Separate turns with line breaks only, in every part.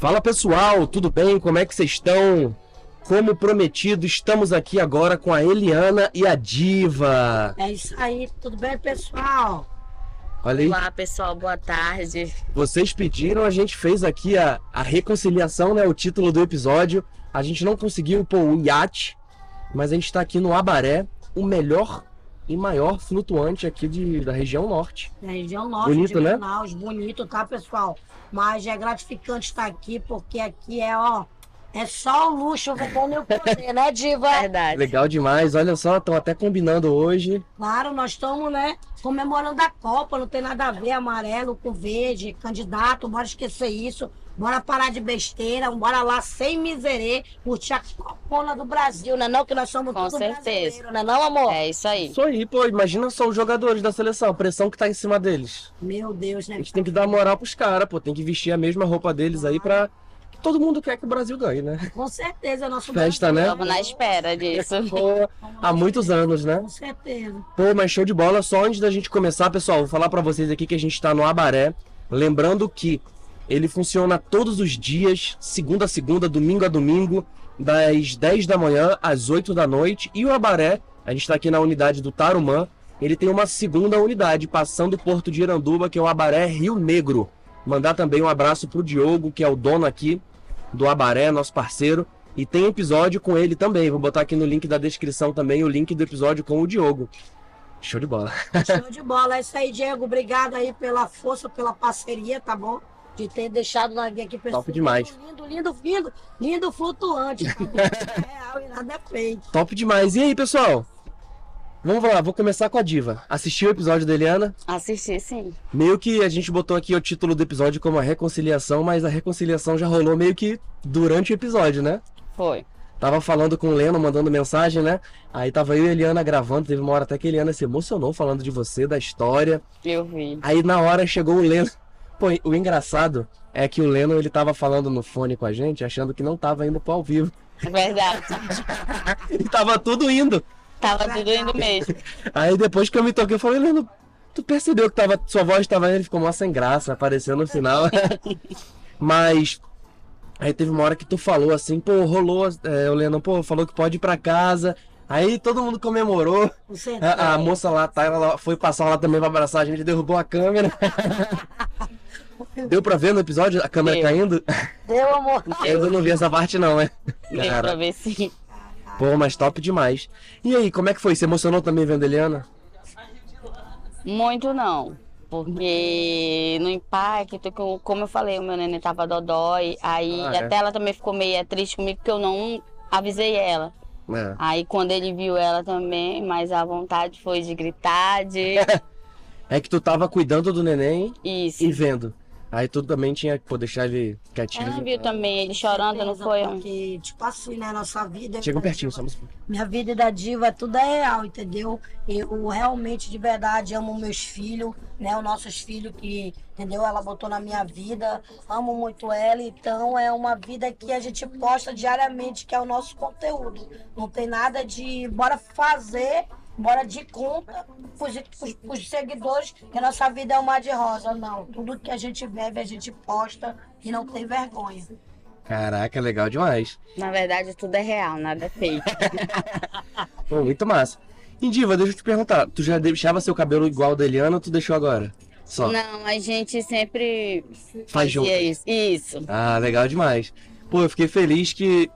Fala pessoal, tudo bem? Como é que vocês estão? Como prometido, estamos aqui agora com a Eliana e a Diva.
É isso aí, tudo bem, pessoal?
Olha aí,
Olá, pessoal, boa tarde.
vocês pediram, a gente fez aqui a, a reconciliação, né? O título do episódio. A gente não conseguiu pôr o iate, mas a gente está aqui no Abaré, o melhor e maior flutuante aqui de, da região norte.
Da região norte
Bonito,
de
né?
Manaus, bonito, tá, pessoal? Mas é gratificante estar aqui, porque aqui é, ó, é só o luxo quando eu poder, né, Diva?
Verdade.
Legal demais, olha só, estão até combinando hoje.
Claro, nós estamos, né, comemorando a Copa, não tem nada a ver amarelo com verde, candidato, bora esquecer isso, bora parar de besteira, bora lá sem miserê, curtir a Copona do Brasil, né não? Que nós somos
Com
tudo
certeza.
brasileiro, né não, amor?
É isso aí.
Isso aí, pô, imagina só os jogadores da seleção, a pressão que tá em cima deles.
Meu Deus,
A
né?
gente tem que dar moral pros caras, pô. Tem que vestir a mesma roupa deles aí pra. que Todo mundo quer que o Brasil ganhe, né?
Com certeza, é nosso
Festa, né?
Estamos na espera disso.
Pô, há muitos anos, né?
Com certeza.
Pô, mas show de bola. Só antes da gente começar, pessoal, vou falar pra vocês aqui que a gente tá no Abaré. Lembrando que ele funciona todos os dias, segunda a segunda, domingo a domingo, das 10 da manhã às 8 da noite. E o Abaré, a gente tá aqui na unidade do Tarumã, ele tem uma segunda unidade, passando o Porto de Iranduba, que é o Abaré Rio Negro. Mandar também um abraço pro Diogo, que é o dono aqui do Abaré, nosso parceiro. E tem episódio com ele também. Vou botar aqui no link da descrição também o link do episódio com o Diogo. Show de bola.
Show de bola. É isso aí, Diego. Obrigado aí pela força, pela parceria, tá bom? De ter deixado nós vir aqui pessoal.
Top demais.
Lindo, lindo, lindo, lindo flutuante. Tá bom? É real e nada é fake.
Top demais. E aí, pessoal? Vamos lá, vou começar com a diva. Assistiu o episódio da Eliana?
Assisti, sim.
Meio que a gente botou aqui o título do episódio como a reconciliação, mas a reconciliação já rolou meio que durante o episódio, né?
Foi.
Tava falando com o Leno, mandando mensagem, né? Aí tava eu e a Eliana gravando, teve uma hora até que a Eliana se emocionou falando de você, da história.
Eu vi.
Aí na hora chegou o Leno. Pô, o engraçado é que o Leno ele tava falando no fone com a gente, achando que não tava indo pro ao vivo.
Verdade.
E tava tudo indo.
Tava tudo indo mesmo.
Aí depois que eu me toquei, eu falei, Leno, tu percebeu que tava, sua voz tava ele ficou mó sem graça, apareceu no final. Mas aí teve uma hora que tu falou assim, pô, rolou, é, o Leno, pô, falou que pode ir pra casa. Aí todo mundo comemorou.
Com certeza.
A, a moça lá, tá, ela foi passar lá também pra abraçar a gente, derrubou a câmera. Deu pra ver no episódio a câmera
Deu.
caindo?
Deu, amor.
Eu não vi essa parte não, é.
Deu pra ver sim.
Pô, mas top demais. E aí, como é que foi? Se emocionou também vendo a Eliana?
Muito não. Porque no impacto, co- como eu falei, o meu neném tava dodói. Aí
Ah, é?
até ela também ficou meio triste comigo porque eu não avisei ela.
É.
Aí quando ele viu ela também, mas a vontade foi de gritar, de.
É que tu tava cuidando do neném
Isso.
e vendo. Aí tu também tinha que pô, deixar ele quietinho.
Ela viu também ele chorando, não foi? um amor?
Porque, tipo assim, né? Nossa vida.
Chega um pertinho, só um pouquinho.
Minha vida e da diva, tudo é real, entendeu? Eu realmente, de verdade, amo meus filhos, né? Os nossos filhos que, entendeu? Ela botou na minha vida, amo muito ela. Então, é uma vida que a gente posta diariamente, que é o nosso conteúdo. Não tem nada de bora fazer, bora de conta, fugir pros, pros seguidores, que a nossa vida é um mar de rosa. Não, tudo que a gente vive, a gente posta e não tem vergonha.
Caraca, legal demais.
Na verdade, tudo é real, nada é fake.
Pô, muito massa. E Diva, deixa eu te perguntar. Tu já deixava seu cabelo igual o da Eliana ou tu deixou agora? Só.
Não, a gente sempre
Tá. Faz junto.
fazia isso. Isso.
Ah, legal demais. Pô, eu fiquei feliz que.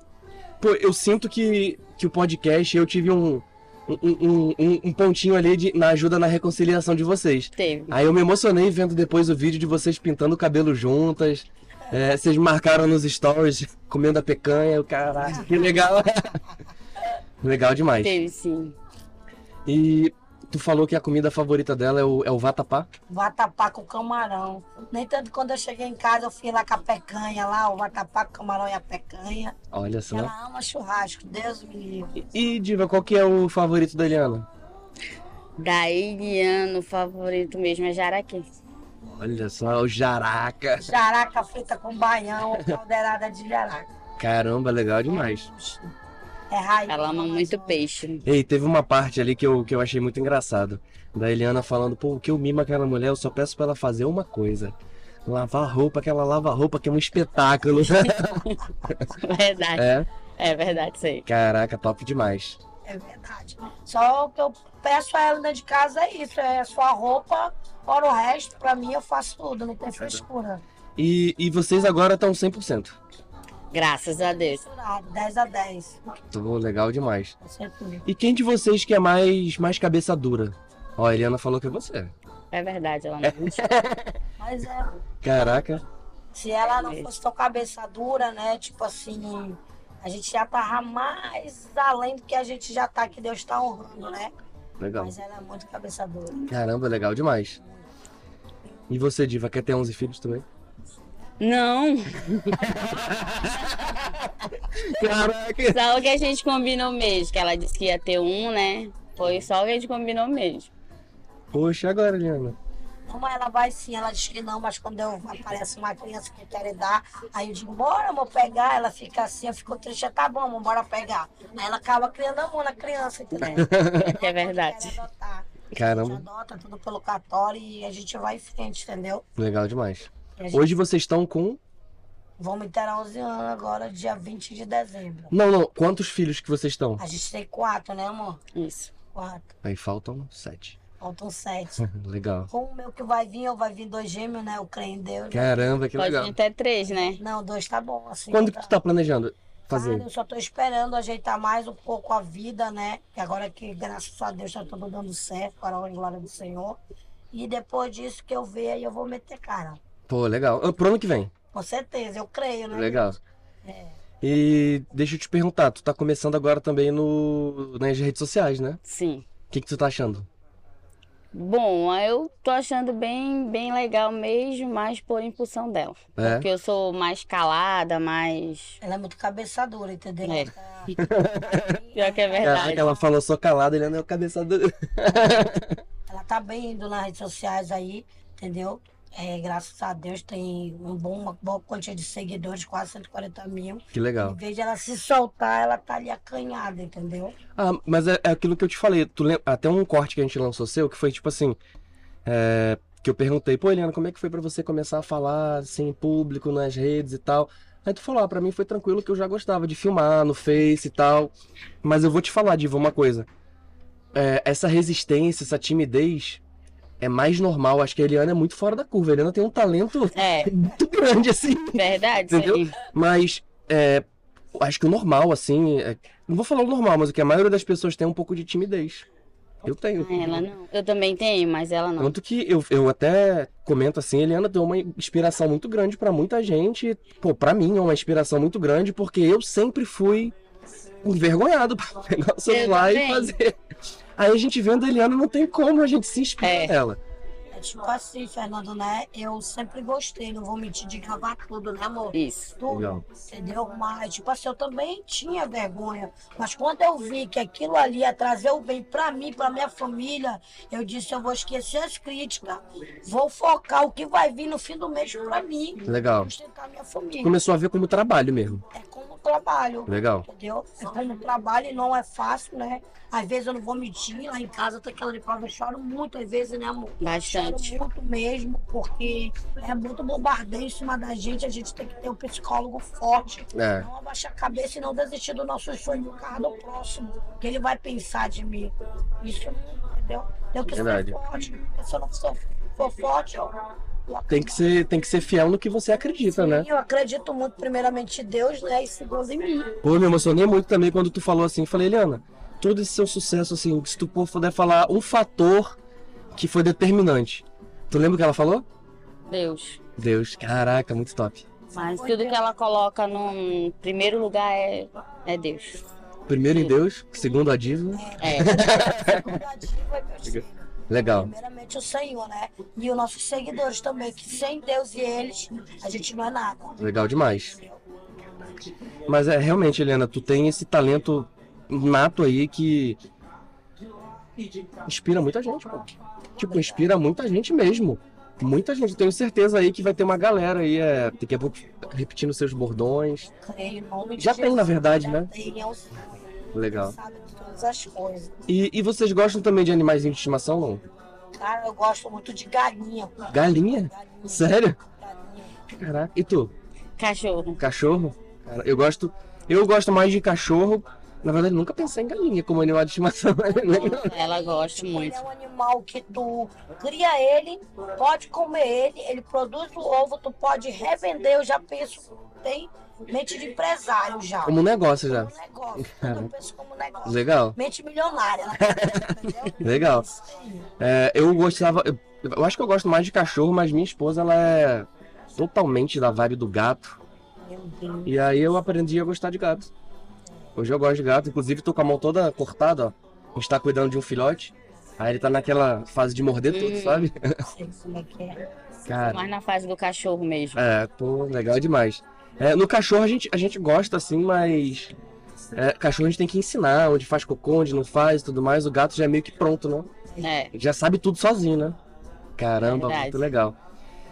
Pô, eu sinto que, que o podcast eu tive um. Um, um- um- um pontinho ali de, na ajuda na reconciliação de vocês.
Teve.
Aí eu me emocionei vendo depois o vídeo de vocês pintando o cabelo juntas. É, vocês marcaram nos stories comendo a pecanha. Eu, Caraca, que legal. legal demais.
Teve sim.
E Tu falou que a comida favorita dela é o, é o vatapá?
Vatapá com camarão. Nem tanto quando eu cheguei em casa, eu fiz lá com a pecanha lá, o vatapá com camarão e a pecanha.
Olha só.
Ela ama churrasco, Deus me livre.
E, Diva, qual que é o favorito da Eliana?
Da Iliana, o favorito mesmo é jaraqui.
Olha só, o jaraca.
Jaraca frita com baião, caldeirada de jaraca.
Caramba, legal demais.
É raiz.
Ela ama muito peixe.
Ei, teve uma parte ali que eu, que eu achei muito engraçado. Da Eliana falando, pô, o que eu mimo aquela mulher, eu só peço pra ela fazer uma coisa. Lavar roupa, que ela lava roupa, que é um espetáculo.
Verdade.
é,
É, verdade isso aí.
caraca, top demais.
É verdade. Só o que eu peço a ela dentro de casa é isso, é sua roupa, fora o resto, pra mim eu faço tudo, não tem frescura.
E, e vocês agora estão 100%.
Graças a Deus.
Misturado, 10 a 10,
Tô legal demais.
com certeza.
E quem de vocês que é mais, mais cabeça dura? Ó, a Eliana falou que é você.
É verdade, ela não.
Mas é,
Caraca.
se ela não fosse tão cabeça dura, né, tipo assim, a gente já tava mais além do que a gente já tá, que Deus tá honrando, né?
Então.
Legal.
Mas ela é muito cabeça dura.
Caramba, legal demais. E você, Diva, quer ter 11 filhos também?
Não,
Caraca!
só o que a gente combinou mesmo, que ela disse que ia ter um, né? Foi só o que a gente combinou mesmo.
Poxa, agora, Eliana.
Não, mas ela vai sim, ela diz que não, mas quando eu aparece uma criança que quer dar, aí eu digo, bora, amor, pegar, ela fica assim, eu fico triste, tá bom, amor, bora pegar. Aí ela acaba criando amor na criança, entendeu?
Que é verdade.
Quer adotar. A gente
Caramba,
adota tudo pelo cartório e a gente vai em frente, entendeu?
legal demais.
E a gente-
Hoje vocês estão com.
Vamos inteirar 11 anos agora, dia 20 de dezembro.
Não, não. Quantos filhos que vocês estão?
A gente tem quatro, né, amor?
Isso.
Quatro.
Aí faltam sete.
Faltam sete.
Legal.
Com o meu que vai vir, ou vai vir dois gêmeos, né? Eu creio em Deus.
Caramba, que
Pode vir
legal.
até três, né?
Não, dois tá bom, assim.
Quando que
tá-
tu tá planejando
Cara,
fazer?
eu só tô esperando ajeitar mais um pouco a vida, né? Que agora que, graças a Deus, tá tudo dando certo, para a glória do Senhor. E depois disso que eu ver, aí eu vou meter cara.
Pô, legal. Ah, Pro ano que vem.
Com certeza, eu creio, né?
Legal.
É.
E deixa eu te perguntar, tu tá começando agora também no nas redes sociais, né?
Sim.
O que que tu tá achando?
Bom, eu tô achando bem, bem legal mesmo, mas por impulsão dela.
É?
Porque eu sou mais calada, mais.
Ela é muito cabeçadura, entendeu?
É.
Tá-
Pior que
Caraca,
é verdade.
ela falou só calada, ele é o cabeça do...
Ela tá bem indo nas redes sociais aí, entendeu? É, graças a Deus tem um bom, uma boa quantia de seguidores, quase 140 mil.
Que
Em
legal.
vez de ela se soltar, ela tá ali acanhada, entendeu?
Ah, mas é, é aquilo que eu te falei. Tu lem- Até um corte que a gente lançou seu, que foi tipo assim. é, Que eu perguntei, pô, Eliana, como é que foi pra você começar a falar assim em público, nas redes e tal? Aí tu falou, ah, pra mim foi tranquilo que eu já gostava de filmar no Face e tal. Mas eu vou te falar, Diva, uma coisa. É, essa resistência, essa timidez é mais normal. Acho que a Eliana é muito fora da curva. A Eliana tem um talento
É,
muito grande, assim.
verdade, sim.
Entendeu? Mas é, acho que o normal, assim. é- não vou falar o normal, mas o que a maioria das pessoas tem é um pouco de timidez. Eu tenho.
Ah, Ela não. Eu também tenho, mas ela não.
Tanto que eu, eu até comento assim, Eliana deu uma inspiração muito grande pra muita gente. Pô, pra mim é uma inspiração muito grande, porque eu sempre fui envergonhado pra pegar o celular e
também.
fazer. Aí a gente vendo a Eliana, não tem como a gente se inspirar
É.
nela.
É tipo assim, Fernando, né? Eu sempre gostei, não vou mentir de gravar tudo, né, amor?
Isso.
Tudo,
Legal.
entendeu? Mas, tipo assim, eu também tinha vergonha. Mas quando eu vi que aquilo ali ia trazer o bem pra mim, pra minha família, eu disse, eu vou esquecer as críticas. Vou focar o que vai vir no fim do mês pra mim.
Legal.
Sustentar minha família.
Começou a ver como trabalho mesmo.
É como trabalho.
Legal.
Entendeu? É como trabalho e não é fácil, né? Às vezes eu não vou mentir, lá em casa tá aquela de prova, eu choro muito, às vezes, né, amor?
Bastante.
Choro muito mesmo, porque é muito bombardeio em cima da gente, a gente tem que ter um psicólogo forte.
É.
Não abaixar a cabeça e não desistir do nosso sonho por causa do próximo, que ele vai pensar de mim. Isso, entendeu? Eu que
Verdade.
ser forte, porque se eu não sou, for forte, eu... eu
Tem que ser, tem que ser fiel no que você acredita, né?
Eu acredito muito, primeiramente, em Deus, né? E segundo em mim.
Pô, eu me emocionei muito também quando tu falou assim. Falei, Eliana, todo esse seu sucesso, assim, se tu puder falar um fator que foi determinante. Tu lembra o que ela falou?
Deus.
Deus, caraca, muito top.
Mas tudo que ela coloca no primeiro lugar é, é Deus.
Primeiro em Deus, segundo a dívida.
É,
Expectativa é meus filhos.
Legal.
Primeiramente o Senhor, né? E os nossos seguidores também, que sem Deus e eles, a gente não é nada.
Legal demais. Mas é realmente, Helena, tu tem esse talento nato aí que inspira muita gente, pô. Tipo, inspira muita gente mesmo. Muita gente, tenho certeza aí que vai ter uma galera aí, é, daqui a pouco repetindo seus bordões.
Creio, em nome de
Já tem,
Jesus,
na verdade, né?
Tem, é o Senhor que
Legal.
sabe de todas as coisas.
E, e vocês gostam também de animais de estimação, não?
Cara, eu gosto muito de galinha.
Galinha?
Galinha,
Sério?
galinha.
Caraca. E tu?
cachorro.
Cachorro? Cara, eu gosto. Eu gosto mais de cachorro. Na verdade, nunca pensei em galinha como animal de estimação. né?
Ela gosta
Ele
muito.
é um animal que tu cria ele, pode comer ele, ele produz o ovo, tu pode revender. Eu já penso, tem mente de empresário já.
Como um negócio já.
Como negócio. Eu penso como negócio.
Legal,
Mente milionária. né? Entendeu?
legal.
Isso aí.
É, eu gostava. Eu, eu acho que eu gosto mais de cachorro, mas minha esposa ela é totalmente da vibe do gato.
Meu Deus.
E aí eu aprendi a gostar de gato. Hoje eu gosto de gato, inclusive tô com a mão toda cortada, ó. A gente tá cuidando de um filhote. Aí ele tá naquela fase de morder tudo, sabe?
Sei como é que é.
Cara.
Mais na fase do cachorro mesmo.
É, pô, legal demais. É, no cachorro a gente, a gente gosta assim, mas. é, cachorro a gente tem que ensinar onde faz cocô, onde não faz e tudo mais. O gato já é meio que pronto, né?
É.
Ele já sabe tudo sozinho, né? Caramba,
Verdade.
muito legal.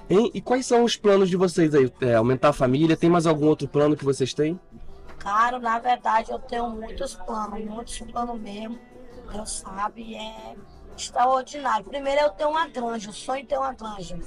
Hein, E quais são os planos de vocês aí? É, aumentar a família? Tem mais algum outro plano que vocês têm?
Cara, na verdade, eu tenho muitos planos, muitos planos mesmo. Deus sabe, é extraordinário. Primeiro, eu tenho uma granja, o sonho é ter uma granja.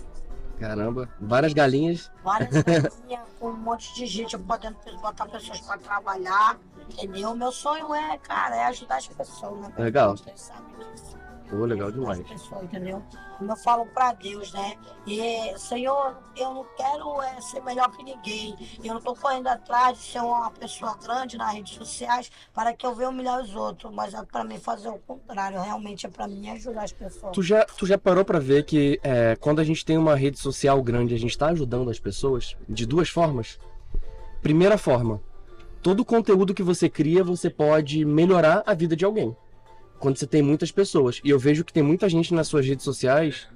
Caramba, várias galinhas.
Várias galinhas, com um monte de gente, eu podendo botar pessoas para trabalhar, entendeu? Meu sonho é, cara, é ajudar as pessoas, né?
Legal.
Vocês sabem disso.
Pô, legal
as
demais.
pessoas, entendeu? Como eu falo pra Deus, né? E, Senhor, eu não quero eh, ser melhor que ninguém. Eu não tô correndo atrás de ser uma pessoa grande nas redes sociais para que eu venha humilhar os outros. Mas é pra mim fazer o contrário. Realmente é pra mim ajudar as pessoas.
Tu já, tu já parou pra ver que é, quando a gente tem uma rede social grande, a gente tá ajudando as pessoas de duas formas? Primeira forma, todo o conteúdo que você cria, você pode melhorar a vida de alguém. Quando você tem muitas pessoas. E eu vejo que tem muita gente nas suas redes sociais.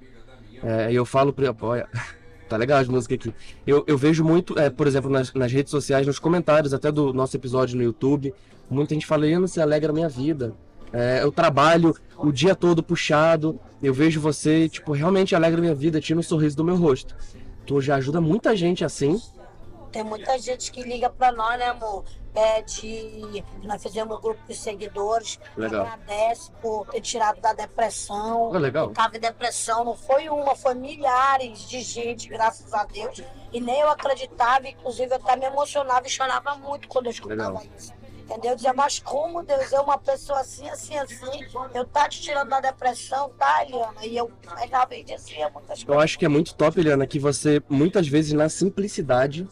é, e eu falo pra. Olha, tá legal as músicas aqui. Eu, eu vejo muito, é, por exemplo, nas, nas redes sociais, nos comentários, até do nosso episódio no YouTube, muita gente fala, eu não se alegra a minha vida. É, eu trabalho o dia todo puxado, eu vejo você, tipo, realmente alegra minha vida, tira um sorriso do meu rosto. Tu já ajuda muita gente assim.
Tem muita gente que liga pra nós, né, amor? Pede. Nós fizemos um grupo de seguidores.
Legal.
Agradece por ter tirado da depressão.
Olha, legal.
Tava em depressão, não foi uma, foi milhares de gente, graças a Deus. E nem eu acreditava, inclusive eu até me emocionava e chorava muito quando eu escutava
Legal.
isso. Entendeu? Eu Dizia, mas como Deus é uma pessoa assim, assim, assim, eu tá te tirando da depressão, tá, Eliana? E eu pegava e dizia muitas
Eu
coisas.
acho que é muito top, Eliana, que você, muitas vezes, na simplicidade,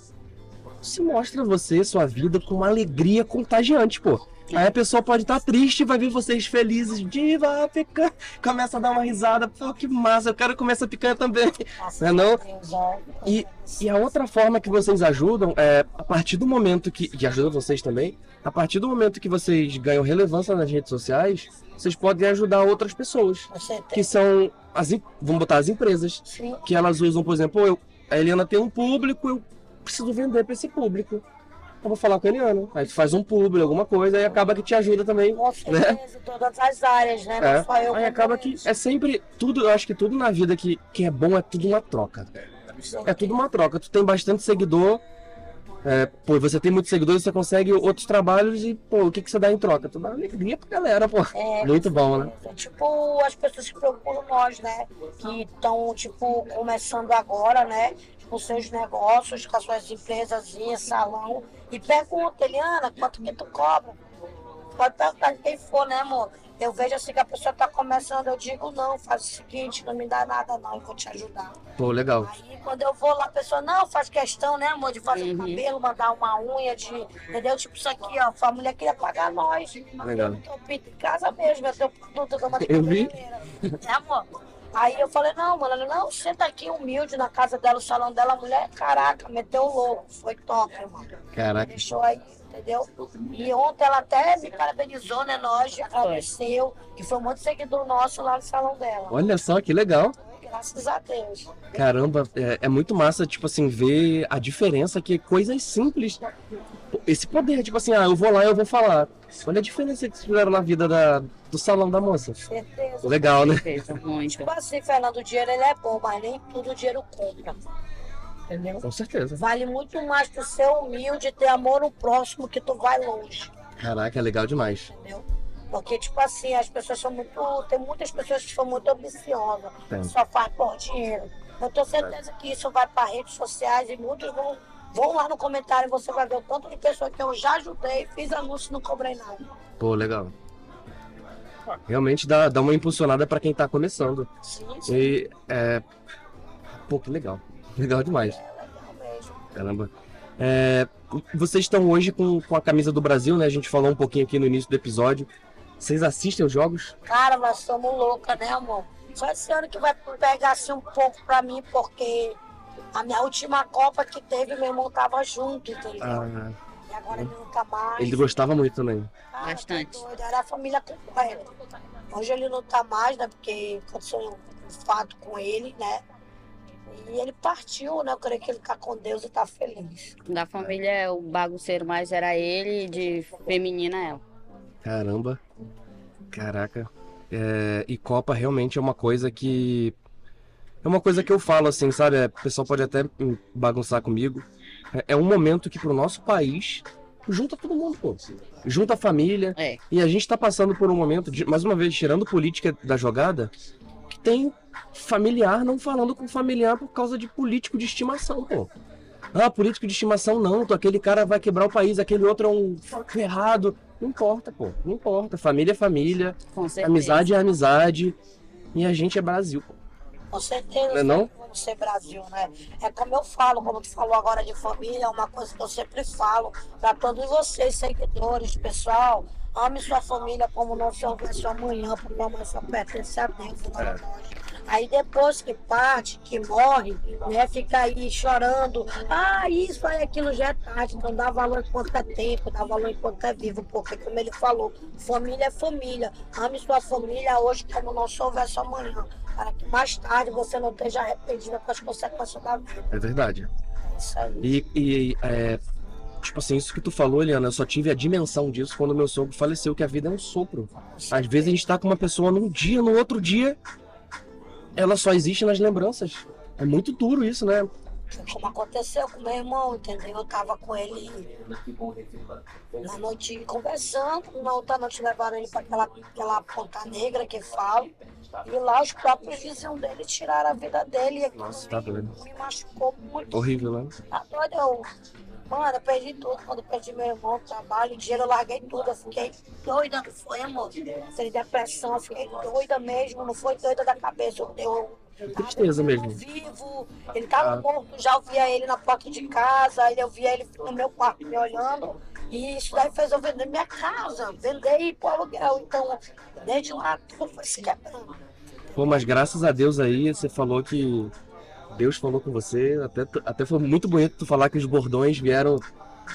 se mostra você, sua vida, com uma alegria contagiante, pô. Aí a pessoa pode estar triste, vai ver vocês felizes, diva, a picanha, começa a dar uma risada, pô, que massa, eu quero comer essa picanha também.
Graças
Não é não?
a Deus, é. ó.
E, e a outra forma que vocês ajudam é a partir do momento que. E ajuda vocês também. A partir do momento que vocês ganham relevância nas redes sociais, vocês podem ajudar outras pessoas.
Você tem
Que são. As, em- vamos botar as empresas.
sim.
Que elas usam, por exemplo, "Pô, eu, a Eliana tem um público, eu preciso vender para esse público. Eu vou falar com a Eliana. Aí tu faz um público, alguma coisa, aí acaba que te ajuda também.
Com certeza, em todas as áreas, né? Não só eu.
Aí
como
acaba que.
eles.
É sempre. Tudo, eu acho que tudo na vida que, que é bom é tudo uma troca. É tudo uma troca. Tu tem bastante seguidor. é, pô, você tem muitos seguidores, você consegue outros trabalhos e, pô, o que, que você dá em troca? Tu dá alegria pra galera, pô.
É,
Muito bom, né?
É tipo as pessoas que procuram nós, né? Que estão, tipo, começando agora, né? Com seus negócios, com as suas empresazinhas, salão. E pergunta, Eliana, quanto que tu cobra? Pode perguntar de quem for, né, amor? Eu vejo assim que a pessoa tá começando, eu digo, não, faz o seguinte, não me dá nada não, eu vou te ajudar.
Pô, legal.
Aí quando eu vou lá, a pessoa, não, faz questão, né, amor, de fazer
Uhum.
o cabelo, mandar uma unha, de. Entendeu? Tipo isso aqui, ó. A mulher queria pagar nós.
Legal.
Eu pinto em casa mesmo, eu tenho produto da
Eu vi.
É, amor. Aí eu falei, não, mano, não, senta aqui humilde na casa dela, o salão dela, a mulher, caraca, meteu o louco, foi top, mano.
Caraca.
Deixou aí, entendeu? E ontem ela até me parabenizou, né, nós, agradeceu, que foi um monte de seguidor nosso lá no salão dela.
Olha só que legal.
Graças a Deus.
Caramba, é, é muito massa, tipo assim, ver a diferença que coisas simples. Esse poder, tipo assim, ah, eu vou lá e eu vou falar. Olha a diferença que vocês fizeram na vida da, do salão da moça.
Certeza.
Legal, né?
Certeza, É, muito.
Tipo assim, Fernando, o dinheiro ele é bom, mas nem tudo o dinheiro compra. Entendeu?
Com certeza.
Vale muito mais tu ser humilde e ter amor no próximo que tu vai longe,
Caraca, é legal demais.
entendeu? Porque, tipo assim, as pessoas são muito. Tem muitas pessoas que são muito ambiciosas,
Tem.
só faz por dinheiro. Eu tenho certeza que isso vai para redes sociais e muitos vão, vão lá no comentário e você vai ver o tanto de pessoas que eu já ajudei, fiz anúncio e não cobrei nada.
Pô, legal. Realmente dá, dá uma impulsionada pra quem tá começando.
Sim, isso
E é. Pô, que legal. Legal demais.
é legal mesmo.
Caramba. É, vocês estão hoje com, com a camisa do Brasil, né? A gente falou um pouquinho aqui no início do episódio. Vocês assistem os jogos?
Cara, nós somos loucas, né, amor? Só esse ano que vai pegar assim um pouco pra mim, porque a minha última Copa que teve, meu irmão tava junto, entendeu?
Ah,
E agora ele não tá mais.
ele gostava muito também.
Cara, tá
Bastante.
doido, Era a família completa. né? Hoje ele não tá mais, né? Porque aconteceu um fato com ele, né? E ele partiu, né? Eu creio que ele tá com Deus e tá feliz.
Da família, o bagunceiro mais era ele, de feminina ela.
Caramba. Caraca. É, e Copa realmente é uma coisa que. É uma coisa que eu falo assim, sabe? É, O pessoal pode até hum, bagunçar comigo. É, é um momento que pro nosso país junta todo mundo, pô. Junta a família.
É.
E a gente tá passando por um momento, de- mais uma vez, tirando política da jogada, que tem familiar não falando com familiar por causa de político de estimação, pô. Ah, político de estimação não, tô, aquele cara vai quebrar o país, aquele outro é um ferrado. Não importa, pô, não importa. Família é família,
Com certeza.
amizade é amizade. E a gente é Brasil, pô.
Com certeza.
Não é não?
Vamos ser Brasil, né? É como eu falo, como tu falou agora de família, é uma coisa que eu sempre falo para todos vocês, seguidores, pessoal. Ame sua família como não se houvesse amanhã, porque amanhã só pertence a Deus, não
É.
a nós. Aí depois que parte, que morre, né, fica aí chorando. Ah, isso aí, aquilo já é tarde. Então dá valor enquanto é tempo, dá valor enquanto é vivo, porque como ele falou, família é família. Ame sua família hoje como não se houvesse amanhã para que mais tarde você não esteja arrependida com as consequências da vida.
É verdade.
É Isso aí.
E, e, é, tipo assim, isso que tu falou, Eliana, eu só tive a dimensão disso quando meu sogro faleceu, que a vida é um sopro. Às vezes a gente tá com uma pessoa num dia, no outro dia, ela só existe nas lembranças. É muito duro isso, né?
Como aconteceu com meu irmão, entendeu? Eu tava com ele na noite conversando, na outra noite levaram ele para aquela, aquela ponta negra que fala. E lá os próprios vizinhos dele tiraram a vida dele. E aquilo
Nossa, tá doido.
me machucou muito.
Horrível, né?
Tá doido? Eu... Mano, eu perdi tudo. Quando eu perdi meu irmão, trabalho, dinheiro, eu larguei tudo. Eu fiquei doida, não foi, amor? Sem depressão, eu fiquei doida mesmo. Não foi doida da cabeça. Eu, eu
Tristeza
tava
mesmo. Ah.
vivo. Ele tava morto, já eu via ele na porta de casa. aí Eu via ele no meu quarto me olhando. E isso daí fez eu vender minha casa, vender e ir pro aluguel. Então, desde lá, tudo foi se quebrando.
Pô, mas graças a Deus aí, você falou que Deus falou com você. Até, tu- até foi muito bonito tu falar que os bordões vieram.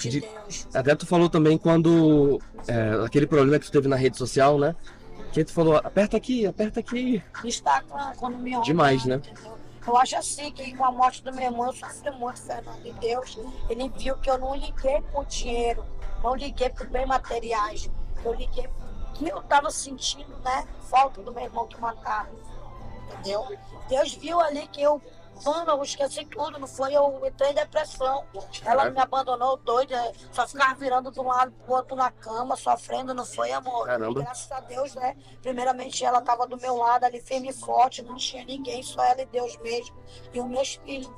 De,
De-
Deus.
Até tu falou também quando. é, aquele problema que tu teve na rede social, né? Que tu falou, aperta aqui, aperta aqui.
no Instagram, quando me honra.
Demais, né?
entendeu? Eu acho assim que com a morte do meu irmão eu sofri muito, Fernando. E Deus, ele viu que eu não liguei por dinheiro, não liguei por bem materiais. Eu liguei porque eu tava sentindo, né? Falta do meu irmão que mataram. Entendeu? Deus viu ali que eu, mano, eu esqueci tudo, não foi? Eu entrei em depressão. Ela
Caraca.
me abandonou doida, só ficava virando de um lado pro outro na cama, sofrendo, não foi, amor?
Caramba.
Graças a Deus, né? Primeiramente, ela estava do meu lado ali, firme e forte, não tinha ninguém, só ela e Deus mesmo, e os meus filhos,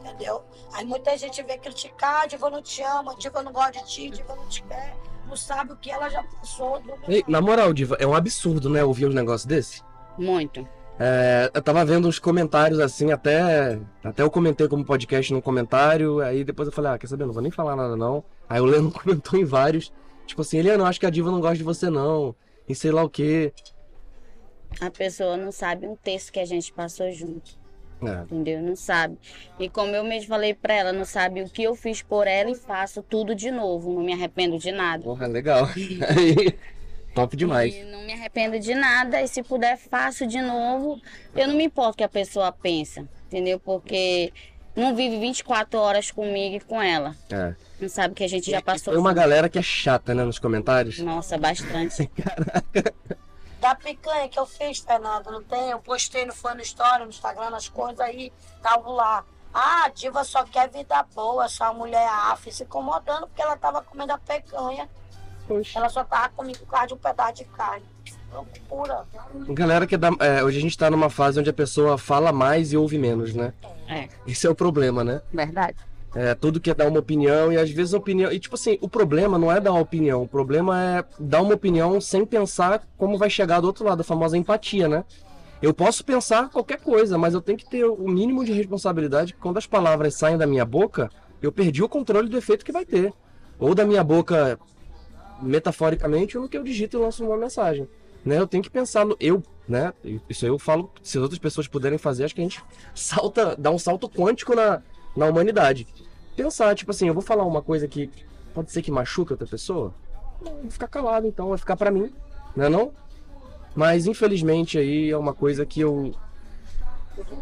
entendeu? Aí muita gente vem criticar, Diva não te ama, Diva não gosta de ti, Diva não te quer, não sabe o que ela já passou. do meu
Ei,
lado.
na moral, Diva, é um absurdo, né? Ouvir um negócio desse.
Muito.
É, eu tava vendo uns comentários assim, até. Até eu comentei como podcast num comentário, aí depois eu falei, ah, quer saber? Não vou nem falar nada, não. Aí o Leno comentou em vários. Tipo assim, Eliano, acho que a diva não gosta de você, não. E sei lá o quê.
a pessoa não sabe um texto que a gente passou junto,
É.
entendeu? Não sabe. E como eu mesmo falei pra ela, não sabe o que eu fiz por ela e faço tudo de novo, não me arrependo de nada.
Porra, legal. Aí, Top demais.
E não me arrependo de nada. E se puder, faço de novo. Eu não me importo o que a pessoa pensa, entendeu? Porque não vive 24 horas comigo e com ela.
É.
Não sabe que a gente já passou.
Foi uma galera que é chata, né, nos comentários.
Nossa, bastante.
Da picanha que eu fiz, Fernando, não tem? Eu postei no Fã no História, no Instagram, as coisas aí, tava lá. Ah, a diva só quer vida boa, essa mulher af, se incomodando porque ela tava comendo a picanha.
Poxa.
Ela só tava comendo por causa de um pedaço de carne. Loucura.
Galera que dá. é, hoje a gente tá numa fase onde a pessoa fala mais e ouve menos, né?
É,
Esse é o problema, né?
verdade.
É, tudo quer dar uma opinião e às vezes a opinião. E tipo assim, o problema não é dar uma opinião, o problema é dar uma opinião sem pensar como vai chegar do outro lado, a famosa empatia, né? Eu posso pensar qualquer coisa, mas eu tenho que ter o mínimo de responsabilidade que quando as palavras saem da minha boca, eu perdi o controle do efeito que vai ter. Ou da minha boca, metaforicamente, ou no que eu digito e lanço uma mensagem. Né? Eu tenho que pensar no eu, né? Isso aí eu falo, se as outras pessoas puderem fazer, acho que a gente salta, dá um salto quântico na, na humanidade pensar, tipo assim, eu vou falar uma coisa que pode ser que machuque outra pessoa? Não, vou ficar calado então, vai ficar pra mim, não é não? Mas infelizmente aí é uma coisa que eu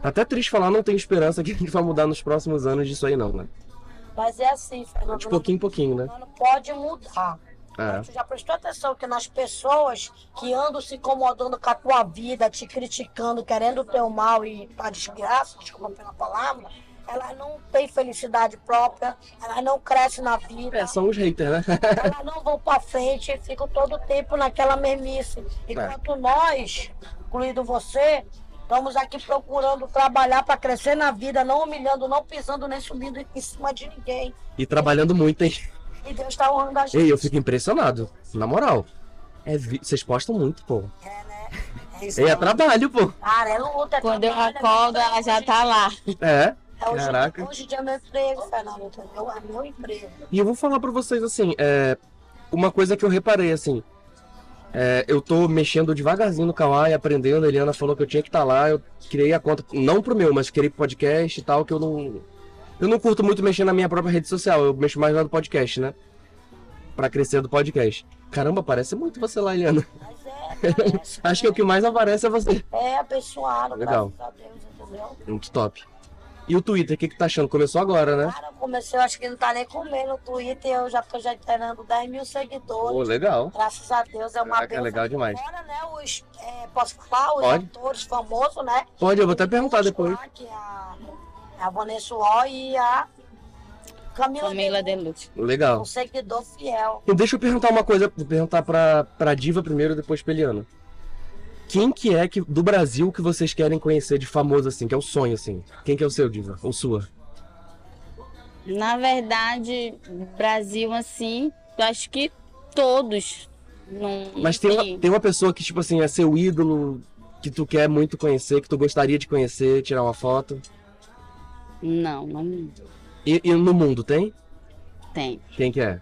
até triste falar, não tenho esperança que a gente vai mudar nos próximos anos disso aí não, né?
Mas é assim, Fernando.
De pouquinho em pouquinho, né?
não- não pode mudar.
É.
Tu já prestou atenção que nas pessoas que andam se incomodando com a tua vida, te criticando, querendo o teu mal e tua desgraça, desculpa pela palavra, elas não têm felicidade própria, elas não crescem na vida,
É, são os haters, né?
elas não vão pra frente e ficam todo o tempo naquela mermice.
É.
Enquanto nós, incluindo você, estamos aqui procurando trabalhar para crescer na vida, não humilhando, não pisando, nem subindo em cima de ninguém.
E trabalhando muito, hein?
E Deus está honrando a gente.
Ei, eu fico impressionado, na moral. É, vi- vocês postam muito, pô.
É isso
É, é
aí.
trabalho, pô.
Cara, é luta. é
Quando eu
trabalho,
acordo,
é
ela já tá lá.
É.
É hoje,
Caraca.
Hoje em dia é meu emprego, Fernando, entendeu? É meu emprego.
E eu vou falar pra vocês assim, é, uma coisa que eu reparei assim, é, eu tô mexendo devagarzinho no Kawaii, aprendendo, a Eliana falou que eu tinha que estar lá, eu criei a conta, não pro meu, mas criei pro podcast e tal, que eu não eu não curto muito mexer na minha própria rede social, eu mexo mais lá do podcast, né? Pra crescer do podcast. Caramba, parece muito você lá, Eliana.
Mas é, parece,
Acho que o
né?
que mais aparece é você.
é abençoado,
Legal.
graças a Deus, entendeu?
Muito top. E o Twitter, o que que tá achando? Começou agora, né?
Cara, eu comecei, eu acho que não tá nem comendo o Twitter, eu já tô já entregando 10 mil
Pô,
seguidores.
legal.
Graças a Deus, é uma
Caraca, é
bênção.
legal demais.
Agora, né, os, é, posso falar, os
Pode.
atores famosos, né?
Pode, eu vou até perguntar
Os
depois.
lá, que é a, a Vanessa Uol e a Camila,
Camila
Delucci,
Delucci.
Legal.
um seguidor fiel.
E Deixa eu perguntar uma coisa, vou perguntar pra, pra Diva primeiro, depois pra Eliana. Quem que é que, do Brasil que vocês querem conhecer de famoso, assim, que é o sonho, assim? Quem que é o seu, Diva? Ou sua?
Na verdade, Brasil, assim, eu acho que todos. Não,
Mas tem
não
uma, tem uma pessoa que, tipo assim, é seu ídolo, que tu quer muito conhecer, que tu gostaria de conhecer, tirar uma foto.
Não, não
E, e no mundo, tem?
tem.
Quem que é?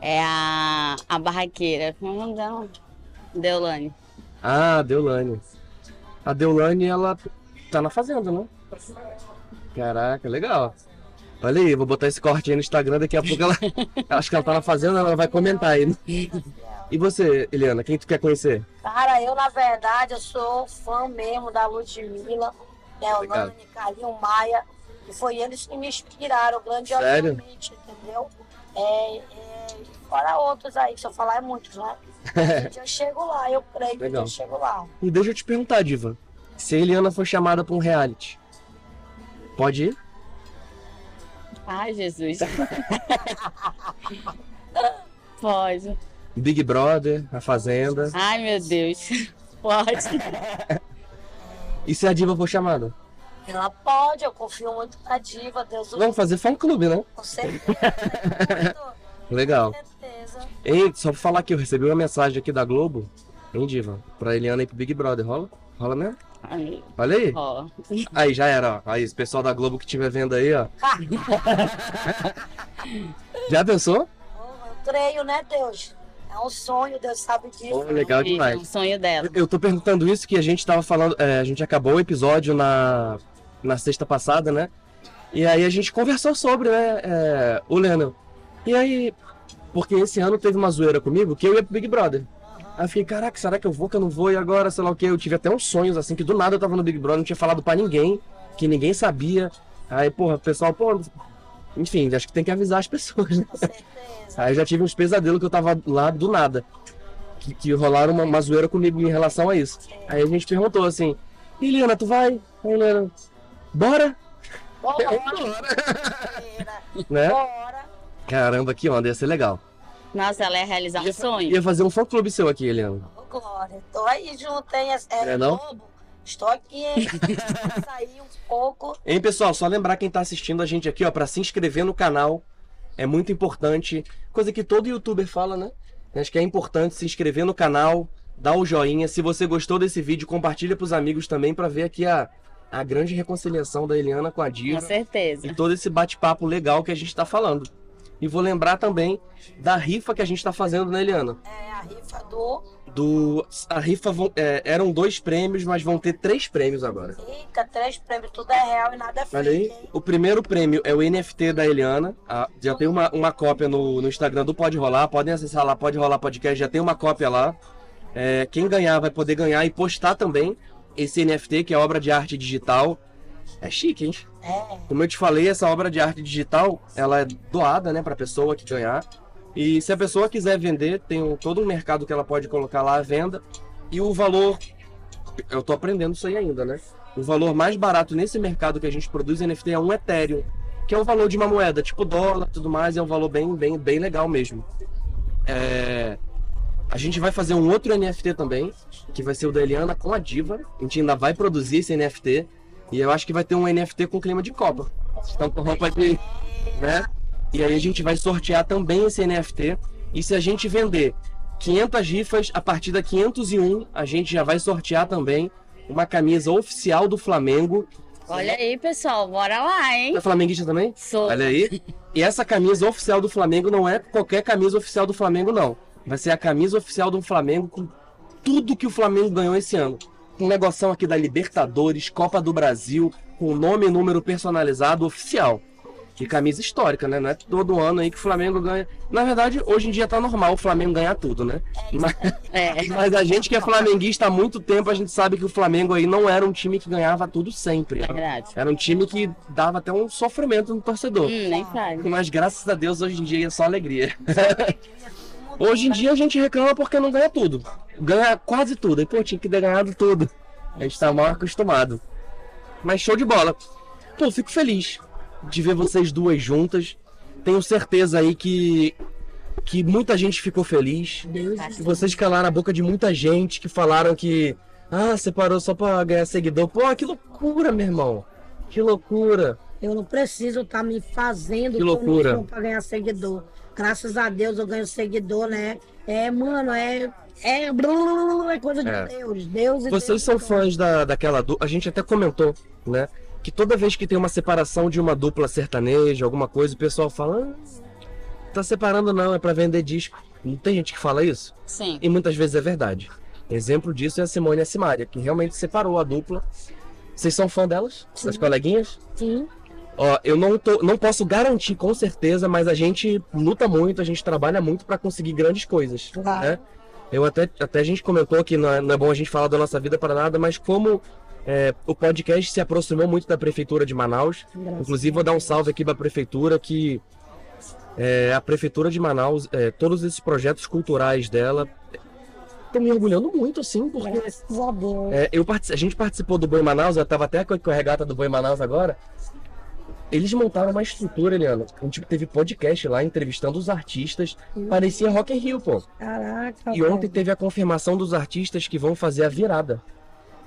É a, a barraqueira. Como é o nome dela? Deolane.
Ah, a Deolane. A Deolane, ela tá na fazenda, né? Caraca, legal. Olha aí, vou botar esse corte aí no Instagram, daqui a pouco ela. Acho que ela tá na fazenda, ela vai comentar aí. né? E você, Eliana, quem tu quer conhecer?
Cara, eu na verdade eu sou fã mesmo da Ludmilla, né? Deolane,
Obrigado.
Calil Maia, e foi eles que me inspiraram grandiosamente, entendeu? É, é, fora outros aí, que se eu falar é muitos, né? Um dia eu chego lá, eu creio que um dia
Legal.
eu chego lá.
E deixa eu te perguntar, Diva. Se a Eliana for chamada pra um reality, pode ir?
Ai, Jesus. Pode.
Big Brother, a Fazenda.
Ai, meu Deus. Pode.
E se a Diva for chamada?
Ela pode, eu confio muito na diva, Deus o
Vamos fazer fã clube, né?
com certeza.
Legal.
Com certeza.
Ei, só pra falar aqui, eu recebi uma mensagem aqui da Globo, hein, Diva? Pra Eliana ir pro Big Brother, rola? Rola mesmo?
Ai,
Olha aí.
ó.
Aí já era, ó. Aí, esse pessoal da Globo que estiver vendo aí, ó. Já pensou?
Eu creio, Oh, né, Deus? É um sonho, Deus sabe disso. né?
Pô, Oh, legal
É
Tá demais.
um sonho dela.
Eu tô perguntando isso que a gente tava falando, é, a gente acabou o episódio na, na sexta passada, né? E aí a gente conversou sobre, né, é, o Lennon. E aí, porque esse ano teve uma zoeira comigo que eu ia pro Big Brother. Aí eu fiquei, caraca, será que eu vou, que eu não vou? E agora, sei lá o que, eu tive até uns sonhos, assim, que do nada eu tava no Big Brother, não tinha falado pra ninguém, que ninguém sabia. Aí, porra, o pessoal, pô, enfim, acho que tem que avisar as pessoas, né?
Com certeza.
Aí eu já tive uns pesadelos que eu tava lá do nada. Que, que rolaram uma, uma zoeira comigo em relação a isso. Aí a gente perguntou assim, e Helena, tu vai? Aí Helena, bora?
É Bora,
Né?
bora.
Caramba, que onda, ia ser legal.
Nossa, ela é realizar um sonho.
Ia fazer um fã-clube seu aqui, Helena.
Ô, Glória, tô aí junto, hein? É, é
É não?
Globo? Estou aqui, hein? Vou sair um pouco.
Hein, pessoal, só lembrar quem tá assistindo a gente aqui, ó, pra se inscrever no canal. É muito importante. Coisa que todo youtuber fala, né? Acho que é importante se inscrever no canal, dar o joinha. Se você gostou desse vídeo, compartilha pros amigos também pra ver aqui a, a grande reconciliação da Eliana com a
Com
Diva.
certeza.
e todo esse bate-papo legal que a gente está falando. E vou lembrar também da rifa que a gente está fazendo, né, Eliana?
É a rifa do.
Do, a rifa vão- é, eram dois prêmios, mas vão ter três prêmios agora.
Eita, três prêmios, tudo é real e nada é fake,
Olha aí.
hein?
O primeiro prêmio é o NFT da Eliana. Ah, já tem uma, uma cópia no, no Instagram do Pode Rolar. Podem acessar lá, Pode Rolar Podcast. Já tem uma cópia lá. É, quem ganhar vai poder ganhar e postar também esse NFT, que é obra de arte digital. É chique, hein?
É.
Como eu te falei, essa obra de arte digital, ela é doada, né, para pessoa que ganhar. E se a pessoa quiser vender, tem um- todo um mercado que ela pode colocar lá à venda. E o valor, eu tô aprendendo isso aí ainda, né? O valor mais barato nesse mercado que a gente produz NFT é um Ethereum, que é o valor de uma moeda, tipo dólar, tudo mais, é um valor bem, bem, bem legal mesmo. É, A gente vai fazer um outro NFT também, que vai ser o da Eliana com a Diva. A gente ainda vai produzir esse NFT. E eu acho que vai ter um NFT com clima de Copa. Então, com roupa de. Né? E aí a gente vai sortear também esse NFT. E se a gente vender 500 rifas, a partir da 501, a gente já vai sortear também uma camisa oficial do Flamengo.
Olha aí, pessoal, bora lá, hein?
É flamenguista também?
Sou.
Olha aí. E essa camisa oficial do Flamengo não é qualquer camisa oficial do Flamengo, não. Vai ser a camisa oficial do Flamengo com tudo que o Flamengo ganhou esse ano. Um negoção aqui da Libertadores, Copa do Brasil, com nome e número personalizado oficial. E camisa histórica, né? Não é todo ano aí que o Flamengo ganha. Na verdade, hoje em dia tá normal o Flamengo ganhar tudo, né? Mas,
É.
mas a gente que é flamenguista há muito tempo, a gente sabe que o Flamengo aí não era um time que ganhava tudo sempre.
Verdade.
Era um time que dava até um sofrimento no torcedor.
Hum, nem fale.
Mas graças a Deus hoje em dia é só alegria. hoje em dia a gente reclama porque não ganha tudo. Ganha quase tudo. E pô, tinha que ter ganhado tudo. A gente tá mal acostumado. Mas show de bola. Pô, fico feliz de ver vocês duas juntas. Tenho certeza aí que, que muita gente ficou feliz. Que vocês calaram a boca de muita gente que falaram que. Ah, separou só pra ganhar seguidor. Pô, que loucura, meu irmão. Que loucura.
Eu não preciso estar me fazendo
Que loucura.
para ganhar seguidor. Graças a Deus eu ganho seguidor, né? É, mano, é. É, blulululu, é coisa de
É.
Deus. Deus e
Vocês
Deus
são
e Deus.
fãs da, daquela dupla. A gente até comentou, né? Que toda vez que tem uma separação de uma dupla sertaneja, alguma coisa, o pessoal fala. "Ah, tá separando não, é pra vender disco. Não tem gente que fala isso?
Sim.
E muitas vezes é verdade. Exemplo disso é a Simone e a Simaria, que realmente separou a dupla. Vocês são fã delas? Das coleguinhas?
Sim.
Ó, eu não, tô, não posso garantir com certeza, mas a gente luta muito, a gente trabalha muito pra conseguir grandes coisas.
Claro.
Né? Eu até, até a gente comentou que não é, não é bom a gente falar da nossa vida para nada, mas como é, o podcast se aproximou muito da prefeitura de Manaus, inclusive vou dar um salve aqui para a prefeitura que é, a prefeitura de Manaus, é, todos esses projetos culturais dela estão me orgulhando muito, assim, porque
Graças a Deus.
é, eu partici- a gente participou do Boi Manaus, eu tava até com a com a regata do Boi Manaus agora. Eles montaram uma estrutura, Eliana. A gente teve podcast lá, entrevistando os artistas.
Uhum.
Parecia Rock in Rio, pô.
Caraca.
E ontem teve a confirmação dos artistas que vão fazer a virada.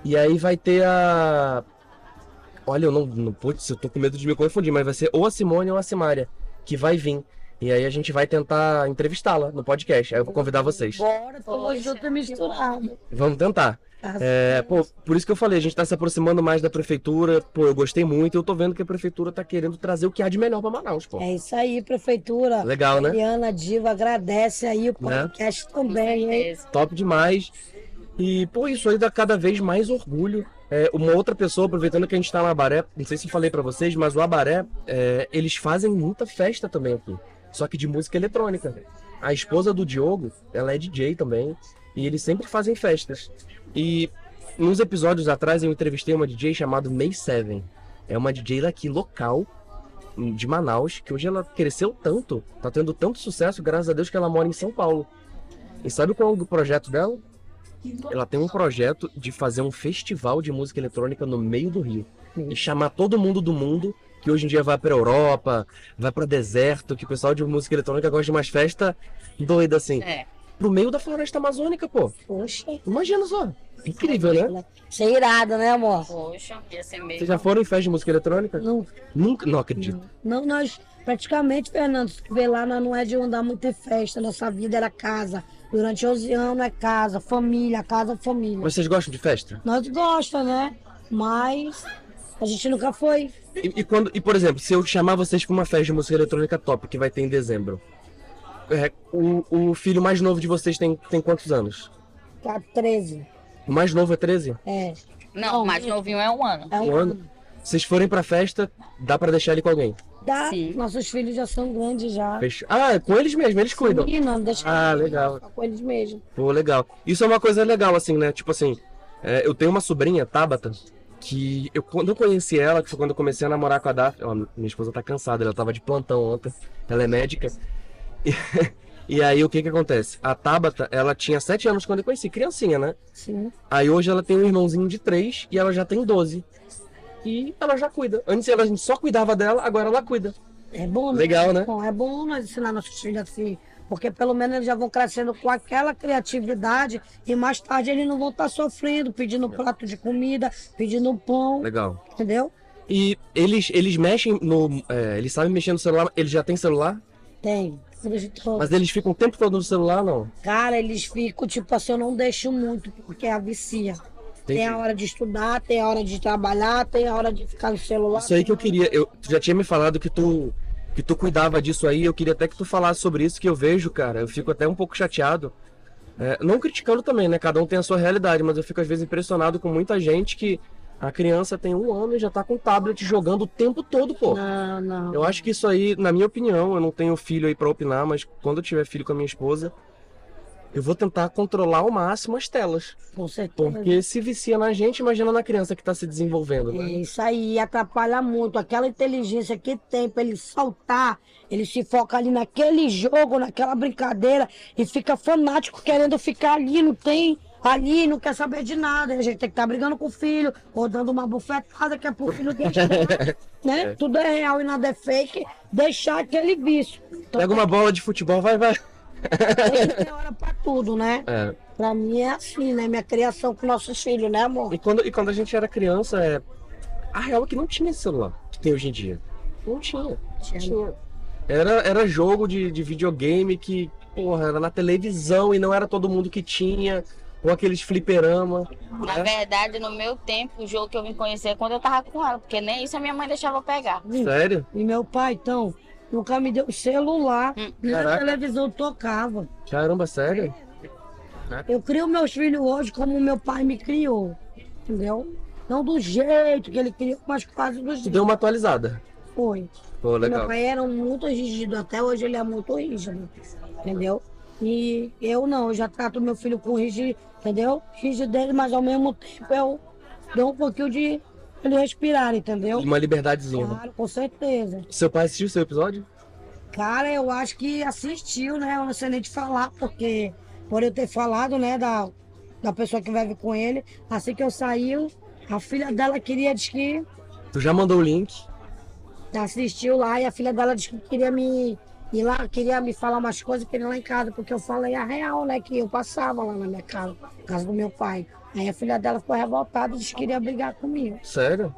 E aí vai ter a. Olha, eu não. não putz, eu tô com medo de me confundir, mas vai ser ou a Simone ou a Simária, que vai vir. E aí a gente vai tentar entrevistá-la no podcast. Aí eu vou convidar vocês.
Bora, tamo junto e misturado.
Vamos tentar. É, pô, por isso que eu falei, a gente tá se aproximando mais da prefeitura. Pô, eu gostei muito. Eu tô vendo que a prefeitura tá querendo trazer o que há de melhor pra Manaus, pô.
É isso aí, prefeitura.
Legal, né?
Eliana Diva agradece aí o podcast
Com
também, hein?
certeza.
Top demais. E, pô, isso aí dá cada vez mais orgulho. É, uma outra pessoa, aproveitando que a gente tá no Abaré, não sei se eu falei pra vocês, mas o Abaré, é, eles fazem muita festa também aqui. Só que de música eletrônica. A esposa do Diogo, ela é DJ também. E eles sempre fazem festas. E uns episódios atrás eu entrevistei uma DJ chamada May Seven. É uma DJ daqui local, de Manaus, que hoje ela cresceu tanto, tá tendo tanto sucesso, graças a Deus, que ela mora em São Paulo. E sabe qual é o projeto dela? Ela tem um projeto de fazer um festival de música eletrônica no meio do Rio. E chamar todo mundo do mundo, que hoje em dia vai pra Europa, vai pra deserto, que o pessoal de música eletrônica gosta de umas festas doidas assim.
É.
Pro meio da floresta amazônica, pô.
Poxa,
Imagina só. Incrível, né?
isso é irado, né, amor?
Poxa, ia ser meio.
Vocês já foram em festa de música eletrônica?
Não,
Nunca. Não acredito.
não, nós praticamente, Fernando, se tu vê lá, nós não é de andar muito em festa. Nossa vida era casa. Durante 11 anos é casa, família, casa, família.
Mas vocês gostam de festa?
Nós gosta, né? Mas a gente nunca foi.
E, e quando, e por exemplo, se eu chamar vocês pra uma festa de música eletrônica top que vai ter em dezembro, é, o, o filho mais novo de vocês tem, tem quantos anos?
Tá 13.
O mais novo é 13?
É.
Não, mais novinho é um ano.
É
Um ano? Se vocês forem pra festa, dá pra deixar ele com alguém.
Dá.
Sim.
Nossos filhos já são grandes já.
Fechou. Ah, é com eles mesmo, eles cuidam.
Sim, não, deixa
Ah, legal.
Só com eles mesmo.
Pô, legal. Isso é uma coisa legal, assim, né? Tipo assim, é, eu tenho uma sobrinha, Tabata, que eu quando eu conheci ela, que foi quando eu comecei a namorar com a Daf. Ó, minha esposa tá cansada, ela tava de plantão ontem, ela é médica. E, e aí o que que acontece? A Tabata, ela tinha 7 anos quando eu conheci, criancinha, né?
Sim.
Aí hoje ela tem um irmãozinho de 3 e ela já tem 12. E ela já cuida. Antes ela a gente só cuidava dela, agora ela cuida.
É bom, né?
Legal, né?
Bom, é bom nós ensinar nossos filhos assim. Porque pelo menos eles já vão crescendo com aquela criatividade e mais tarde eles não vão estar sofrendo,
É.
pedindo prato de comida, pedindo pão,
Legal.
entendeu?
E eles, eles mexem no. é, eles sabem mexer no celular, eles já têm celular,
Tem. Acreditou.
mas eles ficam o tempo todo no celular, não.
Cara, eles ficam, tipo assim, eu não deixo muito, porque a vicia. Tem um a hora de estudar, tem a hora de trabalhar, tem a hora de ficar no celular.
Isso aí que eu
tem
queria. Eu, tu já tinha me falado que tu, que tu cuidava disso aí, eu queria até que tu falasse sobre isso, que eu vejo, cara. Eu fico até um pouco chateado. É, não criticando também, né? Cada um tem a sua realidade, mas eu fico às vezes impressionado com muita gente que a criança tem um ano e já tá com tablet jogando o tempo todo, pô.
a hora- Não, não.
Eu acho que isso aí, na minha opinião, eu não tenho filho aí pra opinar, mas quando eu tiver filho com a minha esposa, eu vou tentar controlar ao máximo as telas.
Com certeza.
Porque se vicia na gente, imagina na criança que tá se desenvolvendo,
É
né?
Isso aí atrapalha muito. Aquela inteligência que tem pra ele saltar, ele se foca ali naquele jogo, naquela brincadeira e fica fanático querendo ficar ali, não tem ali, não quer saber de nada. A gente tem que estar brigando com o filho, ou dando uma bufetada que é pro filho deixar, né? Tudo é real e nada é fake, deixar aquele vício. Então,
Pega uma bola de futebol, vai, vai.
tem que ter hora pra tudo, né?
É.
Pra mim é assim, né? Minha criação com nossos filhos, né, amor?
E quando, e quando a gente era criança, é... a real é que não tinha esse celular que tem hoje em dia. Não tinha. Não tinha. Era, era jogo de, de videogame que, porra, era na televisão e não era todo mundo que tinha. Ou aqueles fliperama.
Na verdade, no meu tempo, o jogo que eu vim conhecer é quando eu tava com ela, porque nem isso a minha mãe deixava eu pegar.
Sério?
E meu pai, então, nunca me deu celular,
Hum,
nem a
caraca.
televisão tocava.
Caramba, sério?
Eu crio meus filhos hoje como meu pai me criou, entendeu? Não do jeito que ele criou, mas quase do
Tu
jeito
deu uma atualizada.
que foi.
Pô,
Meu
legal.
pai era muito rígido, até hoje ele é muito rígido, entendeu? E eu não, eu já trato meu filho com rígido, entendeu? Rigidez, mas ao mesmo tempo eu dou um pouquinho de ele respirar, entendeu?
Uma liberdadezinha.
Claro, com certeza.
Seu pai assistiu o seu episódio?
Cara, eu acho que assistiu, né? Eu não sei nem te falar, porque por eu ter falado, né, da, da pessoa que vai vir com ele, assim que eu saí, a filha dela queria diz que
Tu já mandou o link?
assistiu lá e a filha dela disse que queria me ir lá, queria me falar umas coisas, queria ir lá em casa, porque eu falei a real, né, que eu passava lá na minha casa, casa do meu pai. Aí a filha dela ficou revoltada e disse que queria brigar comigo.
Sério?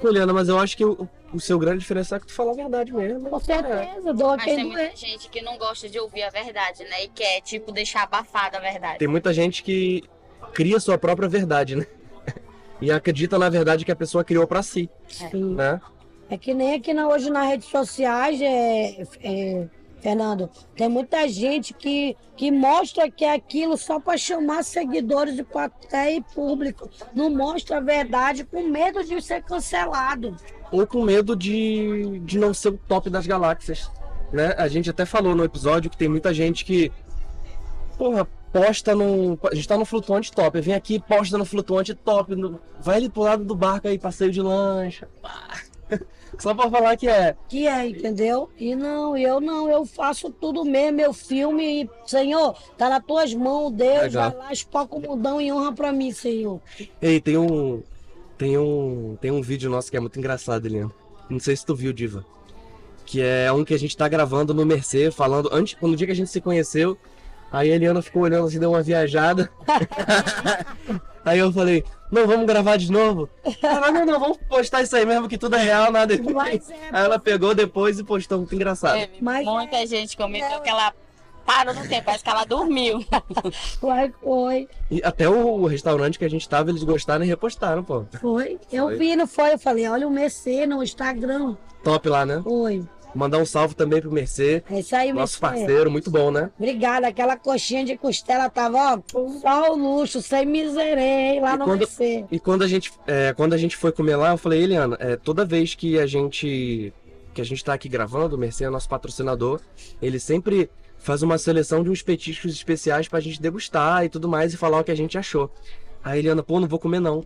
Juliana, mas eu acho que o, o seu grande diferencial é que tu fala a verdade mesmo. né?
Com certeza, dou
Mas tem
aquele
muita gente que não gosta de ouvir a verdade, né? E quer, tipo, deixar abafada a verdade.
Tem muita gente que, cria sua própria verdade, né? E acredita na verdade que a pessoa criou pra si,
Sim.
né?
É que nem aqui na- hoje nas redes sociais, é, é, Fernando, tem muita gente que, que mostra que é aquilo só para chamar seguidores e plateia e público. Não mostra a verdade com medo de ser cancelado.
Ou com medo de, de não ser o top das galáxias, né? A gente até falou no episódio que tem muita gente que, porra, posta no... A gente tá no flutuante top, vem aqui, posta no flutuante top, no- vai ali pro lado do barco aí, passeio de lancha, pá. Só pra falar que é...
Que é, entendeu? E não, eu não, eu faço tudo mesmo, eu filme e, Senhor, tá nas tuas mãos, Deus,
Legal.
vai lá, espoca o mundão e honra pra mim, Senhor.
Ei, tem um. Tem um. Tem um vídeo nosso que é muito engraçado, Eliana. Não sei se tu viu, Diva. Que é um que a gente tá gravando no Mercê, falando. Antes, no dia que a gente se conheceu, aí a Eliana ficou olhando assim, deu uma viajada. aí eu falei, não, vamos gravar de novo? Ela, não, não, vamos postar isso aí mesmo, que tudo é real, nada. é fake."
Mas é,
Aí ela pegou depois e postou, muito engraçado.
Teve
Mas-
muita gente comentou que ela parou no tempo, parece que ela dormiu.
foi, foi,
E até o, o restaurante que a gente tava, eles gostaram e repostaram, pô.
foi. Eu
Foi.
vi, não foi? Eu falei, olha o Mercê no Instagram.
Top lá, né?
Foi.
Mandar um salve também pro Mercê.
É isso aí,
Nosso
Mercê.
parceiro, muito bom, né?
Obrigada, aquela coxinha de costela tava, ó, só o luxo, sem miserei lá
E
no
quando-
Mercê.
E quando a gente, é, quando a gente foi comer lá, eu falei, Eliana, é, toda vez que a gente que a gente tá aqui gravando, o Mercê é nosso patrocinador, ele sempre faz uma seleção de uns petiscos especiais pra gente degustar e tudo mais e falar o que a gente achou. Aí Eliana, pô, não vou comer não.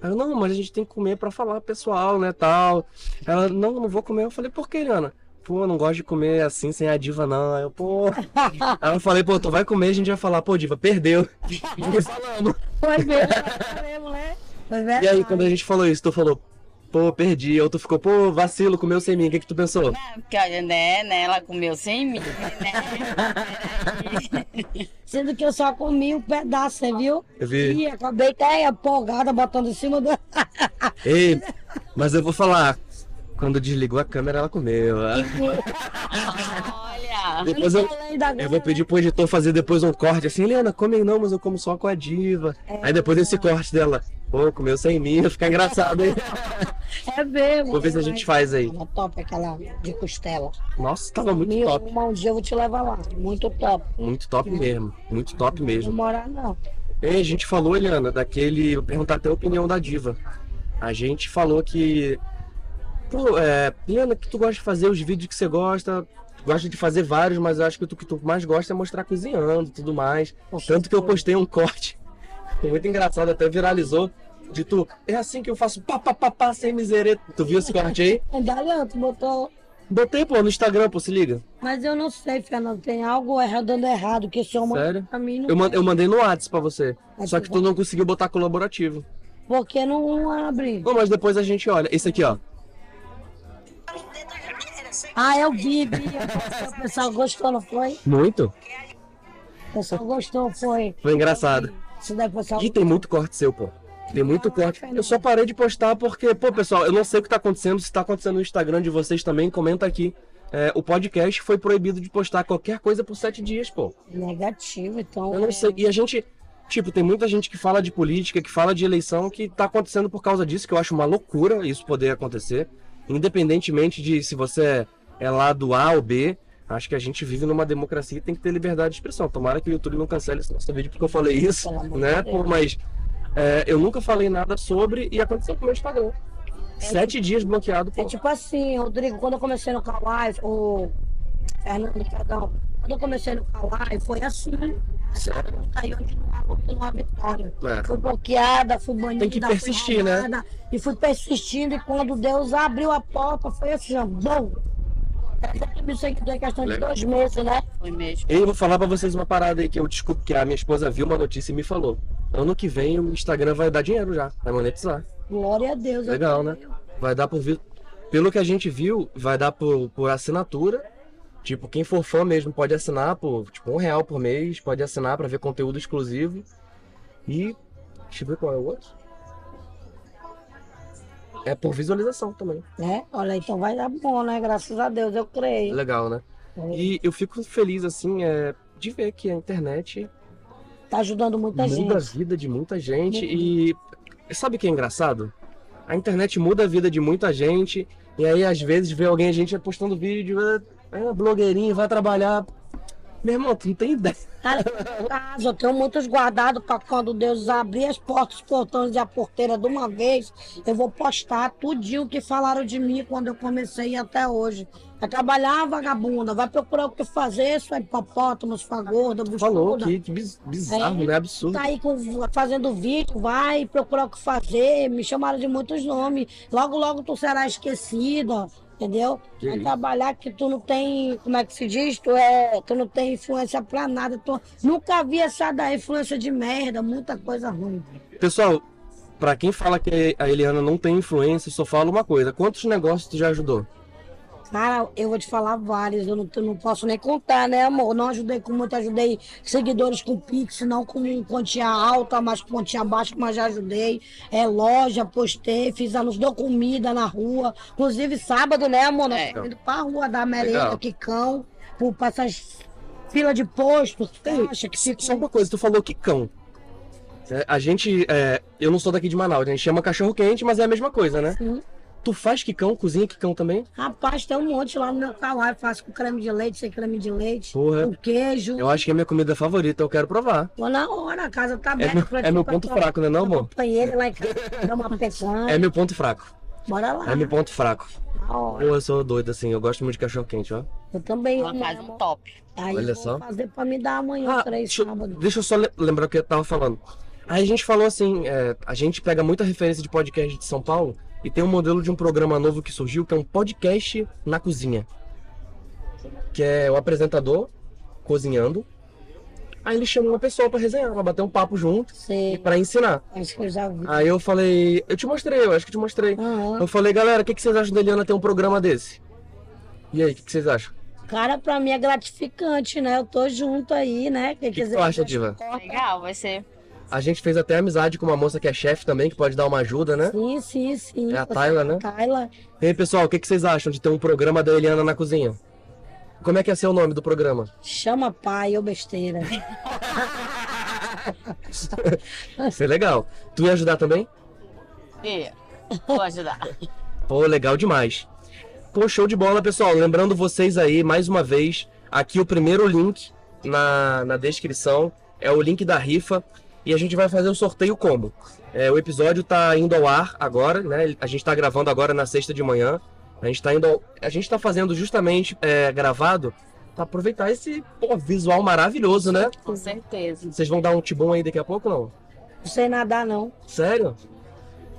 Aí eu, não, mas a gente tem que comer pra falar pro pessoal, né, tal. Ela, não, não vou comer. Eu falei, por que, Eliana? Pô, não gosto de comer assim sem a diva, não. Aí eu, pô. Aí eu falei, pô, tu vai comer, a gente vai falar, pô, diva, perdeu. Não falamos.
Foi mesmo, foi mesmo, né? Foi
E aí,
verdade.
quando a gente falou isso, tu falou, pô, perdi. Ou tu ficou, pô, vacilo, comeu sem mim. O que, que tu pensou?
Né? Porque olha, né, né, ela comeu sem mim, né?
Sendo que eu só comi um pedaço, você viu?
Eu vi.
E acabei até é empolgada botando em cima do.
Ei, mas eu vou falar. Quando desligou a câmera, ela comeu. Ah,
Olha,
Depois eu,
Além da
eu vou pedir pro editor fazer depois um corte assim, Helena, come não, mas eu como só com a diva. Aí depois desse corte dela, pô, comeu sem mim, fica engraçado, hein?
É mesmo.
Vou ver se a gente faz aí.
Tava top aquela de costela.
Nossa, tava muito
Meu,
top.
uma, um dia eu vou te levar lá. Muito top.
Muito top mesmo. Muito top mesmo.
Não morar, não.
Ei, a gente falou, Eliana, daquele. Eu perguntar até a opinião da diva. A gente falou que. Pô, é, Eliana, que tu gosta de fazer os vídeos que você gosta. tu Gosta de fazer vários, mas eu acho que o que tu mais gosta é mostrar cozinhando e tudo mais. Tanto que eu postei um corte. Foi muito engraçado, até viralizou. De tu, é assim que eu faço pá, pá, pá, pá, sem miserê. Tu viu esse corte aí?
Ainda não, tu botou.
Botei, pô, no Instagram, pô, se liga.
Mas eu não sei, Fernando. Tem algo errado, dando errado, que o senhor manda
Sério?
pra mim. Não...
Eu, man- eu mandei no WhatsApp pra você.
Mas
Só
tu
que tu não conseguiu botar colaborativo.
Porque não abre.
Não, mas depois a gente olha. Esse aqui, ó.
Ah, eu vi, vi. O pessoal gostou, não foi?
Muito?
O pessoal gostou, foi.
Foi engraçado.
Isso daí, o pessoal.
E tem muito corte seu, pô. Tem muito corte. Eu só parei de postar porque, pô, pessoal, eu não sei o que tá acontecendo. Se tá acontecendo no Instagram de vocês também, comenta aqui. É, o podcast foi proibido de postar qualquer coisa por sete dias, pô.
Negativo, então.
Eu não sei. E a gente, tipo, tem muita gente que fala de política, que fala de eleição, que tá acontecendo por causa disso, que eu acho uma loucura isso poder acontecer. Independentemente de se você é lá do A ou B, acho que a gente vive numa democracia e tem que ter liberdade de expressão. Tomara que o YouTube não cancele esse nosso vídeo porque eu falei isso,
Pelo amor
né?
de Deus.
Pô, mas é, eu nunca falei nada sobre e aconteceu com o meu Instagram. Sete dias bloqueado,
É
pô.
tipo assim, Rodrigo, quando eu comecei no Kawaii, o Fernando, perdão, quando eu comecei no Kawaii, foi assim. Aí hoje não há luta, não há vitória.
É.
Fui bloqueada, fui banida,
Tem que
fui
persistir, né?
roubada, E fui persistindo, e quando Deus abriu a porta, foi assim, ó, É, bom. 300 mil seguidores em questão de
Legal.
dois meses, né?
foi mesmo.
E eu vou falar pra vocês uma parada aí que eu desculpo que a minha esposa viu uma notícia e me falou. Ano que vem o Instagram vai dar dinheiro já, vai monetizar.
Glória a Deus. eu
Legal, né?
creio.
Vai dar por vi- Pelo que a gente viu, vai dar por, por assinatura. Tipo, quem for fã mesmo pode assinar por tipo um real por mês, pode assinar pra ver conteúdo exclusivo. E. Deixa eu ver qual é o outro. É por visualização também.
Né? Olha, então vai dar bom, né? Graças a Deus, eu creio.
Legal, né? E eu fico feliz, assim, é, de ver que a internet
Tá ajudando muita
muda
gente.
a vida de muita gente e sabe o que é engraçado? A internet muda a vida de muita gente e aí às vezes vê alguém a gente postando vídeo, é, é blogueirinho, vai trabalhar. Meu irmão, tu não tem ideia.
Cara, no caso, eu tenho muitos guardados para quando Deus abrir as portas, os portões e a porteira de uma vez, eu vou postar tudinho que falaram de mim quando eu comecei até hoje. Vai trabalhar, vagabunda, vai procurar o que fazer, sua hipopótamo, sua gorda, buchuda.
Falou que, que biz- bizarro,
É.
né? Absurdo.
Tá aí com, fazendo vídeo, vai procurar o que fazer. Me chamaram de muitos nomes. Logo, logo tu será esquecida, entendeu?
Que
Vai
isso.
trabalhar que tu não tem, como é que se diz? Tu, é, tu não tem influência pra nada. Tu, nunca vi essa da influência de merda, muita coisa ruim.
Pessoal, pra quem fala que a Eliana não tem influência, eu só falo uma coisa: quantos negócios tu já ajudou?
Cara, eu vou te falar vários, eu não, eu não posso nem contar, né, amor? Não ajudei com muito, ajudei seguidores com Pix, não com quantia alta, mas com quantia baixa, mas já ajudei. É loja, postei, fiz anúncio, dou comida na rua. Inclusive, sábado, né, amor? Nós
É.
estamos indo pra rua dar merenda,
Legal.
quicão, por passar fila de posto, caixa que fica. um-
Só uma coisa, tu falou que cão. É, A gente, é, eu não sou daqui de Manaus, a gente chama cachorro quente, mas é a mesma coisa, né?
Sim.
Tu faz quicão, cozinha quicão também?
Rapaz, tem um monte lá no meu canal, eu faço com creme de leite, sem creme de leite,
Porra.
com queijo.
Eu acho que é a minha comida favorita, eu quero provar.
Vou na hora, a casa tá
É
aberta.
meu,
pra
é
ti,
meu
pra
ponto
tua-
fraco, né não, amor?
companheiro lá em casa, dá uma pecanha.
É meu ponto fraco.
Bora lá.
É meu ponto fraco.
na hora.
Pô, eu sou doido assim, eu gosto muito de cachorro quente, ó.
Eu também
Ela
amo,
faz
né,
um
amor?
top.
Aí
Olha
eu
só.
vou fazer pra me dar amanhã,
Ah,
três
deixa, eu-
sábados.
deixa eu só le- lembrar o que eu tava falando. Aí a gente falou assim, é, a gente pega muita referência de podcast de São Paulo e tem um modelo de um programa novo que surgiu, que é um podcast na cozinha. Que é o apresentador cozinhando. Aí ele chama uma pessoa pra resenhar, pra bater um papo junto e
Sei,
pra ensinar.
acho que eu já vi.
Aí eu falei, eu te mostrei, eu acho que eu te mostrei.
Aham.
Eu falei, galera, o que, que vocês acham da Eliana ter um programa desse? E aí, o que, que vocês acham?
Cara, pra mim é gratificante, né? Eu tô junto aí, né? Quem
O que, que
quiser.
tu acha, Diva?
Legal, vai ser.
A gente fez até amizade com uma moça que é chefe também, que pode dar uma ajuda, né?
Sim, sim, sim.
É a
Você-
Tayla, né?
Tayla.
E aí, pessoal, o que, que vocês acham de ter um programa da Eliana na cozinha? Como é que ia ser o nome do programa?
Chama pai, eu besteira.
Isso é legal. Tu ia ajudar também?
Ia. Vou ajudar.
Pô, legal demais. Pô, show de bola, pessoal. Lembrando vocês aí, mais uma vez, aqui o primeiro link na, na descrição é o link da rifa. E a gente vai fazer o sorteio como? É, o episódio tá indo ao ar agora, né? A gente tá gravando agora na sexta de manhã. A gente tá indo ao- A gente tá fazendo justamente é, gravado pra aproveitar esse pô, visual maravilhoso, né?
Com certeza.
Vocês vão dar um tibum aí daqui a pouco, não?
Não sei nadar, não.
Sério?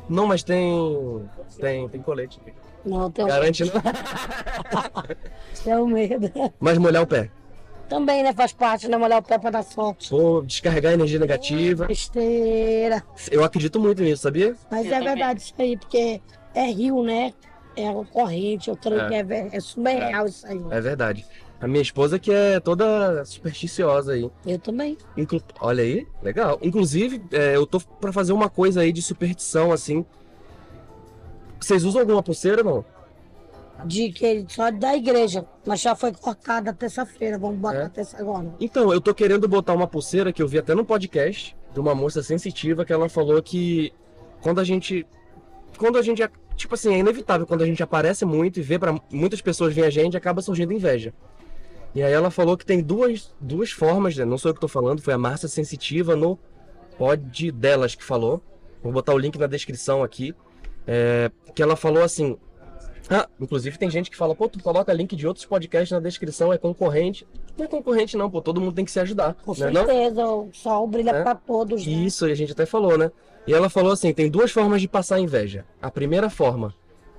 Não, mas tem. Tem, tem colete.
Não, tenho,
Garante né? não.
tenho medo.
Mas molhar o pé.
Também, né? Faz parte, né? Molhar o pé pra dar sorte.
Vou descarregar a energia negativa.
Besteira.
Eu acredito muito nisso, sabia?
Mas
Eu
é
também.
verdade isso aí, porque é rio, né? É água corrente, eu creio
É.
que é, ver- é super real isso aí.
É verdade. A minha esposa que é toda supersticiosa aí.
Eu também.
Inclu- Olha aí, legal. Inclusive, é, eu tô pra fazer uma coisa aí de superstição, assim. Vocês usam alguma pulseira, não?
De que só é da igreja, mas já foi cortada terça-feira, vamos botar
É.
terça agora.
Então, eu tô querendo botar uma pulseira que eu vi até no podcast de uma moça sensitiva que ela falou que quando a gente. Quando a gente. Tipo assim, é inevitável quando a gente aparece muito e vê para muitas pessoas veem a gente, acaba surgindo inveja. E aí ela falou que tem duas, duas formas, né? não sou eu que tô falando, foi a Márcia Sensitiva no pod delas que falou. Vou botar o link na descrição aqui. É, que ela falou assim. Ah, inclusive tem gente que fala, pô, tu coloca link de outros podcasts na descrição, é concorrente. Não é concorrente, não, pô, todo mundo tem que se ajudar.
Com
né, não?
certeza, o sol brilha
É.
pra todos. né?
Isso, e a gente até falou, né? E ela falou assim: tem duas formas de passar a inveja. A primeira forma,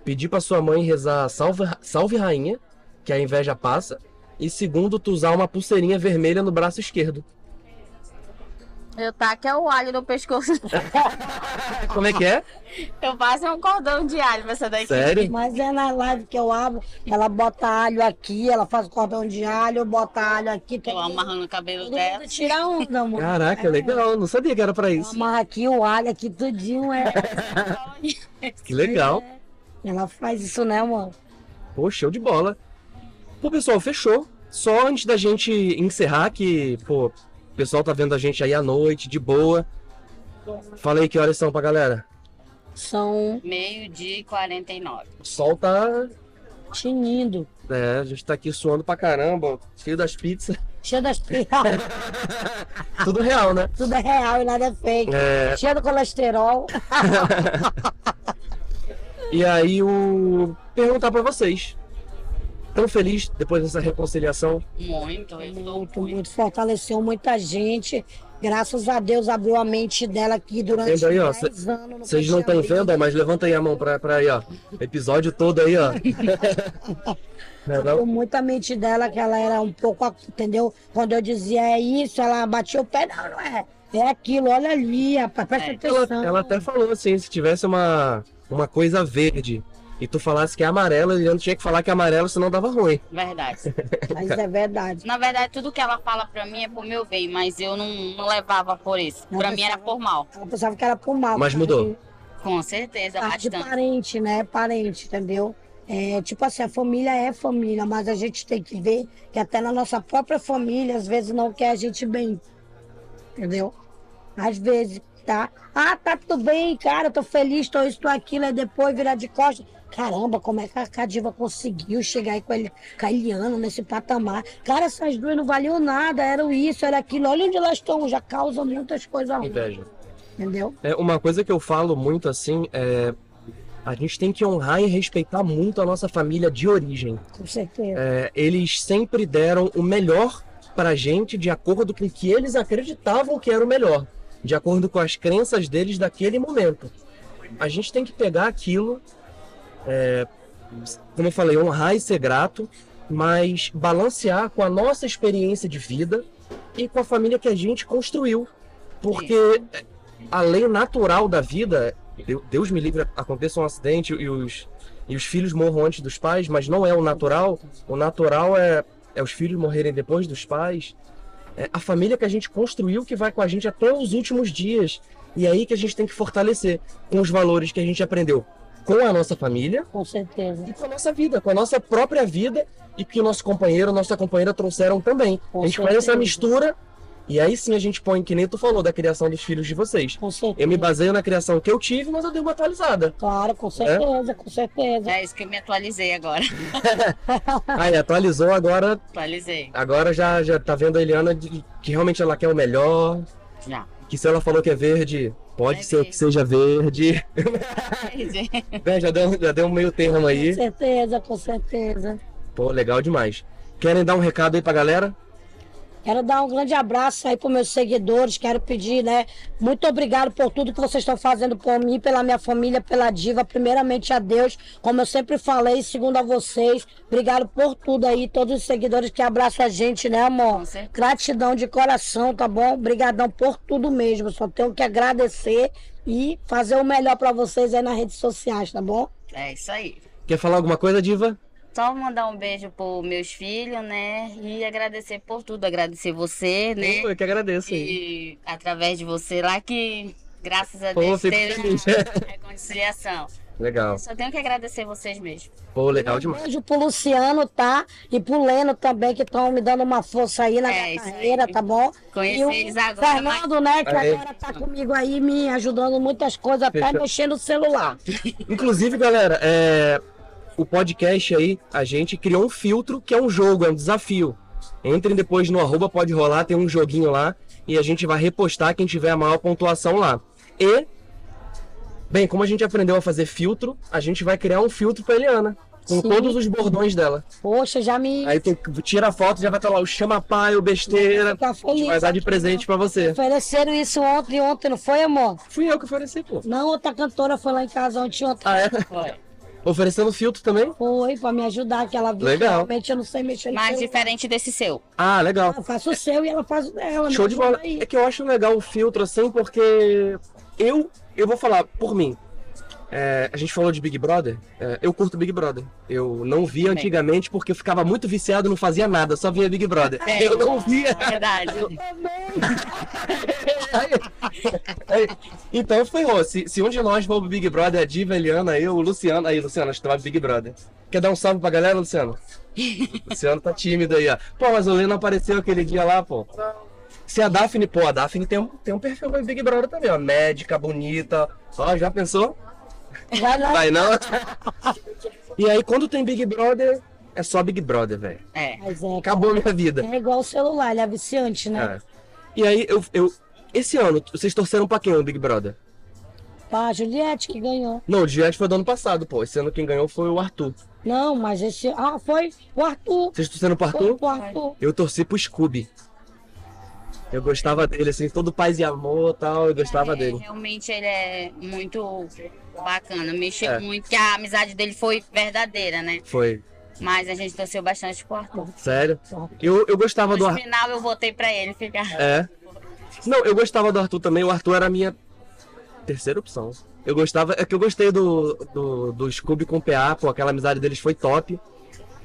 pedir pra sua mãe rezar salve, salve rainha, que a inveja passa. E segundo, tu usar uma pulseirinha vermelha no braço esquerdo.
Eu taco é o alho no pescoço.
Como é que é?
Eu faço um cordão de alho pra essa daqui.
Sério?
Mas é na live que eu abro, ela bota alho aqui, ela faz cordão de alho, bota alho aqui. um
Eu
Todo
amarrando o cabelo
todo
dela.
mundo tira onda, amor.
Caraca, legal, não sabia que era pra
Ela
É isso.
amarra aqui o alho aqui tudinho, é.
Que legal.
ela faz isso, né, amor?
Pô, show de bola. Pô, pessoal, fechou. Só antes da gente encerrar, que, pô, O pessoal tá vendo a gente aí à noite, de boa. Fala aí que horas são pra galera.
São
Meio-dia e 49.
O sol tá.
tinindo.
É, a gente tá aqui suando pra caramba, cheio das pizzas.
Cheio das piadas.
Tudo real, né?
Tudo é real e nada é fake.
É,
Cheio do colesterol.
e aí o. Perguntar pra vocês. Tão feliz depois dessa reconciliação?
Muito, eu estou
Muito,
muito.
muito. Fortaleceu muita gente. Graças a Deus abriu a mente dela aqui durante
Vendo aí, ó,
10 anos. nunca
Vocês não estão
tinha abrido.
vendo, né? ó, mas levanta aí a mão pra, pra aí, ó. Episódio todo aí, ó. Não é não?
Abriu muita mente dela, que ela era um pouco, entendeu? Quando eu dizia é isso, ela batia o pé, não, não é. É aquilo, olha ali, rapaz, presta
É.
Ela,
atenção.
ela até falou assim, se tivesse uma, uma coisa verde e tu falasse que é amarela, ele não tinha que falar que é amarelo, senão dava ruim.
Verdade.
Mas é verdade.
Na verdade, tudo que ela fala pra mim é por meu bem, mas eu não, não levava por isso.
Não
Pra mim era
pensava.
por mal.
Ela pensava que era por mal.
Mas
por
mudou.
Com certeza,
parte Tá de
bastante.
parente, né? Parente, entendeu? É, tipo assim, a família é família, mas a gente tem que ver que até na nossa própria família, às vezes, não quer a gente bem. Entendeu? Às vezes, tá? Ah, tá tudo bem, cara, tô feliz, tô isso, tô aquilo, aí depois virar de costas. Caramba, como é que a Cadiva conseguiu chegar aí com a Eli- com a Eliana nesse patamar? Cara, essas duas não valiam nada, eram isso, era aquilo. Olha onde elas estão, já causam muitas coisas ruins,
Inveja.
entendeu?
É, uma coisa que eu falo muito assim é. A gente tem que honrar e respeitar muito a nossa família de origem.
Com certeza.
É, eles sempre deram o melhor pra gente de acordo com o que eles acreditavam que era o melhor, de acordo com as crenças deles daquele momento. A gente tem que pegar aquilo, é, como eu falei, honrar e ser grato, mas balancear com a nossa experiência de vida e com a família que a gente construiu. Porque a lei natural da vida, Deu- Deus me livre, aconteça um acidente e os, e os filhos morram antes dos pais, mas não é o natural. O natural é, é os filhos morrerem depois dos pais. É a família que a gente construiu que vai com a gente até os últimos dias. E é aí que a gente tem que fortalecer com os valores que a gente aprendeu com a nossa família
Com certeza.
e com a nossa vida, com a nossa própria vida e que o nosso companheiro, nossa companheira trouxeram também.
Com
a gente faz essa
certeza.
mistura e aí sim a gente põe, que nem tu falou, da criação dos filhos de vocês.
Com
Eu me
certeza.
baseio na criação que eu tive, mas eu dei uma atualizada.
Claro, com certeza, com certeza.
É isso que eu me atualizei agora.
Aí atualizou agora,
Atualizei.
agora já já tá vendo a Eliana de- que realmente ela quer o melhor,
Já.
que se ela falou que é verde, pode
É
ser
verde.
que seja verde. Né, já deu já deu um meio termo
Com
aí.
certeza, com certeza.
Pô, legal demais. Querem dar um recado aí pra galera?
Quero dar um grande abraço aí para meus seguidores, quero pedir, né? Muito obrigado por tudo que vocês estão fazendo por mim, pela minha família, pela diva, primeiramente a Deus, como eu sempre falei, segundo a vocês. Obrigado por tudo aí, todos os seguidores que abraçam a gente, né, amor?
Com certeza.
Gratidão de coração, tá bom? Obrigadão por tudo mesmo. Só tenho que agradecer e fazer o melhor para vocês aí nas redes sociais, tá bom?
É isso aí.
Quer falar alguma coisa, Diva?
Só mandar um beijo pros meus filhos, né? E agradecer por tudo, agradecer você, né?
Eu que agradeço. aí.
E através de você lá que, graças a
Pô, né?
Deus,
fico
teve
feliz.
a reconciliação.
Legal.
Eu só tenho que agradecer vocês mesmo.
Pô, legal demais.
Beijo pro Luciano, tá? E pro Leno também, que estão me dando uma força aí na
É,
minha
isso aí.
carreira, tá bom?
Conheci
e o
eles agora, mas-
Fernando, né, que
Aê.
agora tá comigo aí, me ajudando muitas coisas, até
Fechou.
mexendo no celular.
Inclusive, galera, é, o podcast aí, a gente criou um filtro que é um jogo, é um desafio. Entrem depois no arroba pode rolar, tem um joguinho lá e a gente vai repostar quem tiver a maior pontuação lá. E, bem, como a gente aprendeu a fazer filtro, a gente vai criar um filtro pra Eliana. Com
Sim.
todos os bordões dela.
Poxa, já me
Aí tu tira a foto, já vai estar lá o chama pai, o besteira.
fica
A gente
feliz.
vai dar de presente pra você.
Ofereceram isso ontem, ontem, não foi, amor?
Fui eu que ofereci, pô.
Não, outra cantora foi lá em casa ontem, ontem.
Ah, é?
Foi.
Oferecendo filtro também?
Foi, pra me ajudar, que ela viu. que
Legal.
Realmente eu não sei mexer no
Mas
celular.
diferente desse seu.
Ah, legal.
Eu faço o seu e ela faz o dela. né? me
Show de
ajuda
bola.
aí.
É que eu acho legal o filtro assim, porque eu eu vou falar por mim. É, a gente falou de Big Brother. É, eu curto Big Brother. Eu não via
Também.
antigamente porque eu ficava muito viciado, não fazia nada, só via Big Brother.
É.
Eu não via.
Verdade.
Aí- então ferrou. Se, se um de nós for pro Big Brother, a Diva, a Eliana, eu, o Luciano. Aí, Luciano, acho que tu vai pro Big Brother. Quer dar um salve pra galera, Luciano? Luciano tá tímido aí, ó. Pô, mas o Leno apareceu aquele dia lá, pô. Se a Daphne, pô, a Daphne tem um, tem um perfil pra Big Brother também, ó. Médica, bonita. Ó, já pensou?
Vai lá.
Vai não? e aí, quando tem Big Brother, é só Big Brother, velho.
É.
Mas é,
Acabou a minha vida.
é igual o celular, ele é viciante, né?
É. E aí, eu, eu. Esse ano, vocês torceram pra quem no Big Brother? É.
Pá, a Juliette que ganhou.
Não, o Diante foi do ano passado, pô. Esse ano quem ganhou foi o Arthur.
Não, mas esse. Ah, foi o Arthur.
Vocês torceram pro
Foi
Arthur?
o Arthur.
Eu torci pro Scooby. Eu gostava dele, assim, todo paz e amor e tal, eu gostava
É,
dele.
Realmente ele é muito bacana, mexeu
É.
muito, que a amizade dele foi verdadeira, né?
Foi.
Mas a gente torceu bastante pro Arthur.
Sério? Eu, eu gostava do
No
Arthur.
final eu votei pra ele ficar.
É. Não, eu gostava do Arthur também. O Arthur era a minha terceira opção. Eu gostava. É que eu gostei do, do, do Scooby com o PA, pô, aquela amizade deles foi top.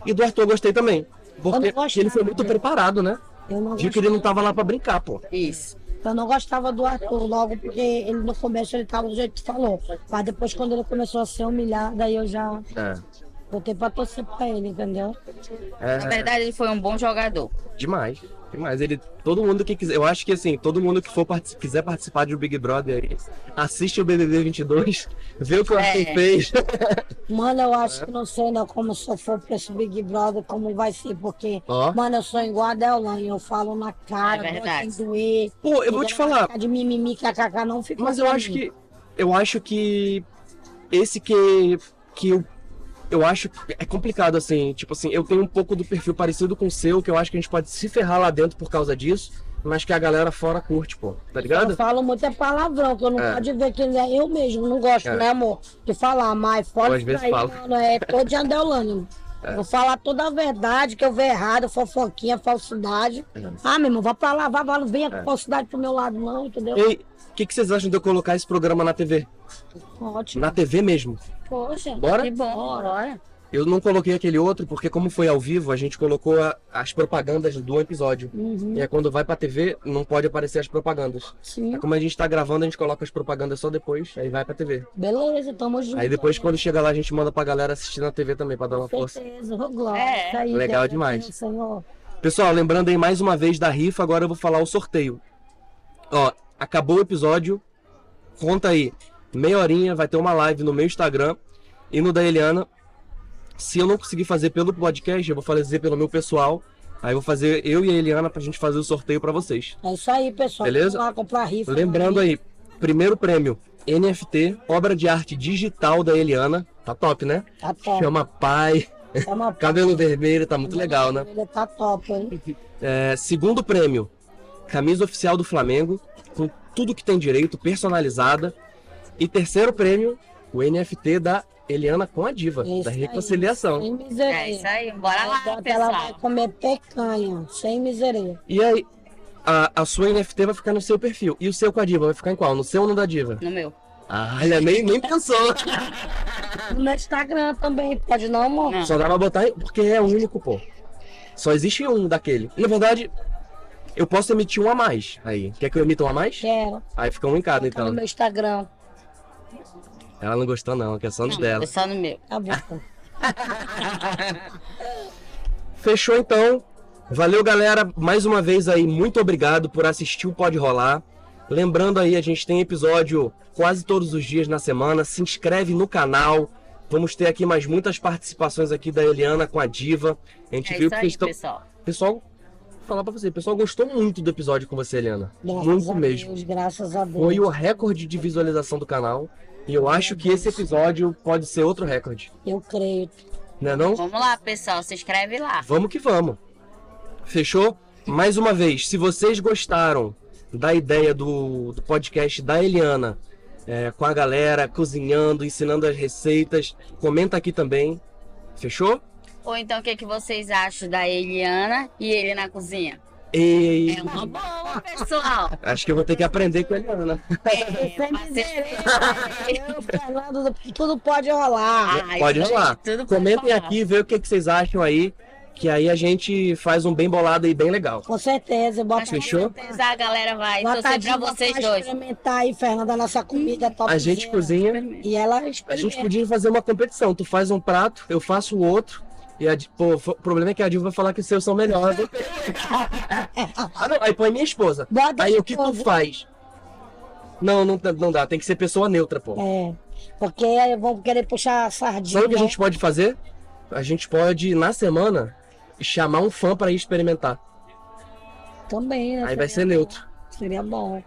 E do Arthur eu gostei também. Porque
Eu não
ele foi
gostava
muito
dele.
preparado, né?
Eu não,
Viu que ele não tava lá pra brincar, pô.
Isso.
Eu não gostava do Arthur logo, porque ele no começo ele tava do jeito que falou. Mas depois, quando ele começou a ser humilhado, aí eu já
É.
botei pra torcer pra ele, entendeu?
Na
É,
verdade, ele foi um bom jogador.
demais. Demais. Ele. Todo mundo que quiser. Eu acho que assim, todo mundo que for partici- quiser participar de um Big Brother aí, assiste o BBB 22, vê o que o Arthur
É.
fez.
Mano, eu
É.
acho que não sei ainda como se eu for pra esse Big Brother, como vai ser, porque,
Ó.
mano, eu sou igual a Delane, eu falo na cara,
É
dou
verdade.
sem doer.
Pô, eu vou te falar.
Ficar De mimimi, kkk, não fica
Mas eu
pra
acho
mim.
que. Eu acho que. Esse que. Que eu. Eu acho que é complicado, assim. Tipo assim, eu tenho um pouco do perfil parecido com o seu, que eu acho que a gente pode se ferrar lá dentro por causa disso, mas que a galera fora curte, pô. Tá
Eu
ligado?
falo muito é palavrão, que eu não
É.
pode ver que é eu mesmo, não gosto,
É.
né, amor? De falar, mas fora
Eu, às
isso
vezes,
daí,
falo. É.
mano, é todo de andelânimo. Vou falar toda a verdade, que eu ver errado, fofoquinha, falsidade. Ah, meu irmão, vai pra lá, vai, vai, não venha
É.
com falsidade pro meu lado, não, entendeu?
Ei, o que, que vocês acham de eu colocar esse programa na TV?
Ótimo.
Na TV mesmo.
Poxa,
Bora?
que bom. Bora.
Eu não coloquei aquele outro, porque como foi ao vivo, a gente colocou a- as propagandas do episódio.
Uhum,
E aí quando vai pra TV, não pode aparecer as propagandas.
sim.
Aí como a gente tá gravando, a gente coloca as propagandas só depois, aí vai pra TV.
Beleza, tamo junto.
Aí depois, quando chega lá, a gente manda pra galera assistir na TV também, pra dar uma
Com
força.
certeza, ô glória.
É.
isso aí,
Legal
Deus,
demais.
Deus, Senhor.
Pessoal, lembrando aí mais uma vez da rifa, agora eu vou falar o sorteio. Ó, acabou o episódio, conta aí. Meia horinha, vai ter uma live no meu Instagram e no da Eliana. Se eu não conseguir fazer pelo podcast, eu vou fazer pelo meu pessoal. Aí eu vou fazer eu e a Eliana pra gente fazer o sorteio pra vocês.
É isso aí, pessoal.
Beleza?
Vamos lá comprar rifa. né?
Lembrando aí, primeiro prêmio, NFT, obra de arte digital da Eliana. Tá top, né?
Tá top.
Chama pai,
É uma
cabelo vermelho, tá muito legal, né?
Ele tá top, hein?
É, segundo prêmio, camisa oficial do Flamengo, com tudo que tem direito, personalizada. E terceiro prêmio, o NFT da Eliana com a Diva,
Isso
da
aí.
reconciliação.
Sem
É isso
miseria.
aí. Bora lá,
Ela vai
pessoal.
comer pecanha, sem miseria.
E aí, a, a sua NFT vai ficar no seu perfil. E o seu com a Diva vai ficar em qual? No seu ou no da Diva?
No meu.
Ah, olha, nem, nem pensou.
Ah.
No Instagram também, pode não, amor?
Não.
Só dá pra botar em- porque é o único, pô. Só existe um daquele. Na verdade, eu posso emitir um a mais. Aí, quer que eu emita um a mais?
Quero.
Aí fica um em cada,
Tá no
então.
meu Instagram.
Ela não gostou, não, que é só no dela.
É só no meu.
Tá bom.
Ah, Fechou então. Valeu, galera. Mais uma vez aí, muito obrigado por assistir o Pode Rolar. Lembrando aí, a gente tem episódio quase todos os dias na semana. Se inscreve no canal. Vamos ter aqui mais muitas participações aqui da Eliana com a Diva. A gente
É
viu
isso
que
aí,
vocês estão.
pessoal.
Pessoal, vou falar pra você, o pessoal gostou muito do episódio com você, Eliana.
Graças
muito
a
mesmo.
Deus, graças a Deus.
Foi o recorde de visualização do canal. E eu acho que esse episódio pode ser outro recorde.
Eu creio.
Né não?
Vamos lá, pessoal. Se inscreve lá.
Vamos que vamos. Fechou? Mais uma vez, se vocês gostaram da ideia do, do podcast da Eliana, é, com a galera cozinhando, ensinando as receitas, comenta aqui também. Fechou?
Ou então, o que, que vocês acham da Eliana e ele na cozinha?
E
É uma boa, pessoal.
acho que eu vou ter que aprender com a Eliana. né?
É,
Sem
parceiro.
miseria. Eu, Fernando, tudo pode rolar.
Ah,
Pode
isso aí,
rolar.
tudo pode
Comentem
rolar.
aqui, vê o que, que vocês acham aí, que aí a gente faz um bem bolado aí bem legal.
Com certeza, bota
Mas com
Fechou?
certeza a galera vai
Bota a
torcer pra
diva
vocês
pra
dois.
experimentar aí, Fernanda, a nossa comida top.
A gente cozinha,
E ela
a gente
experimenta.
podia fazer uma competição. Tu faz um prato, eu faço o outro. E a, Di- pô, fo- o problema é que a Dilma vai falar que os seus são melhores. ah, não, aí põe minha esposa.
Bota
Aí
de
o que tu
novo.
faz? Não, não, tá- não dá. Tem que ser pessoa neutra, pô.
É, porque aí vão querer puxar a sardinha.
Sabe o que a gente pode fazer? A gente pode, na semana, chamar um fã pra ir experimentar.
Também, né?
Aí vai
Seria
ser
bom.
neutro.
Seria bom,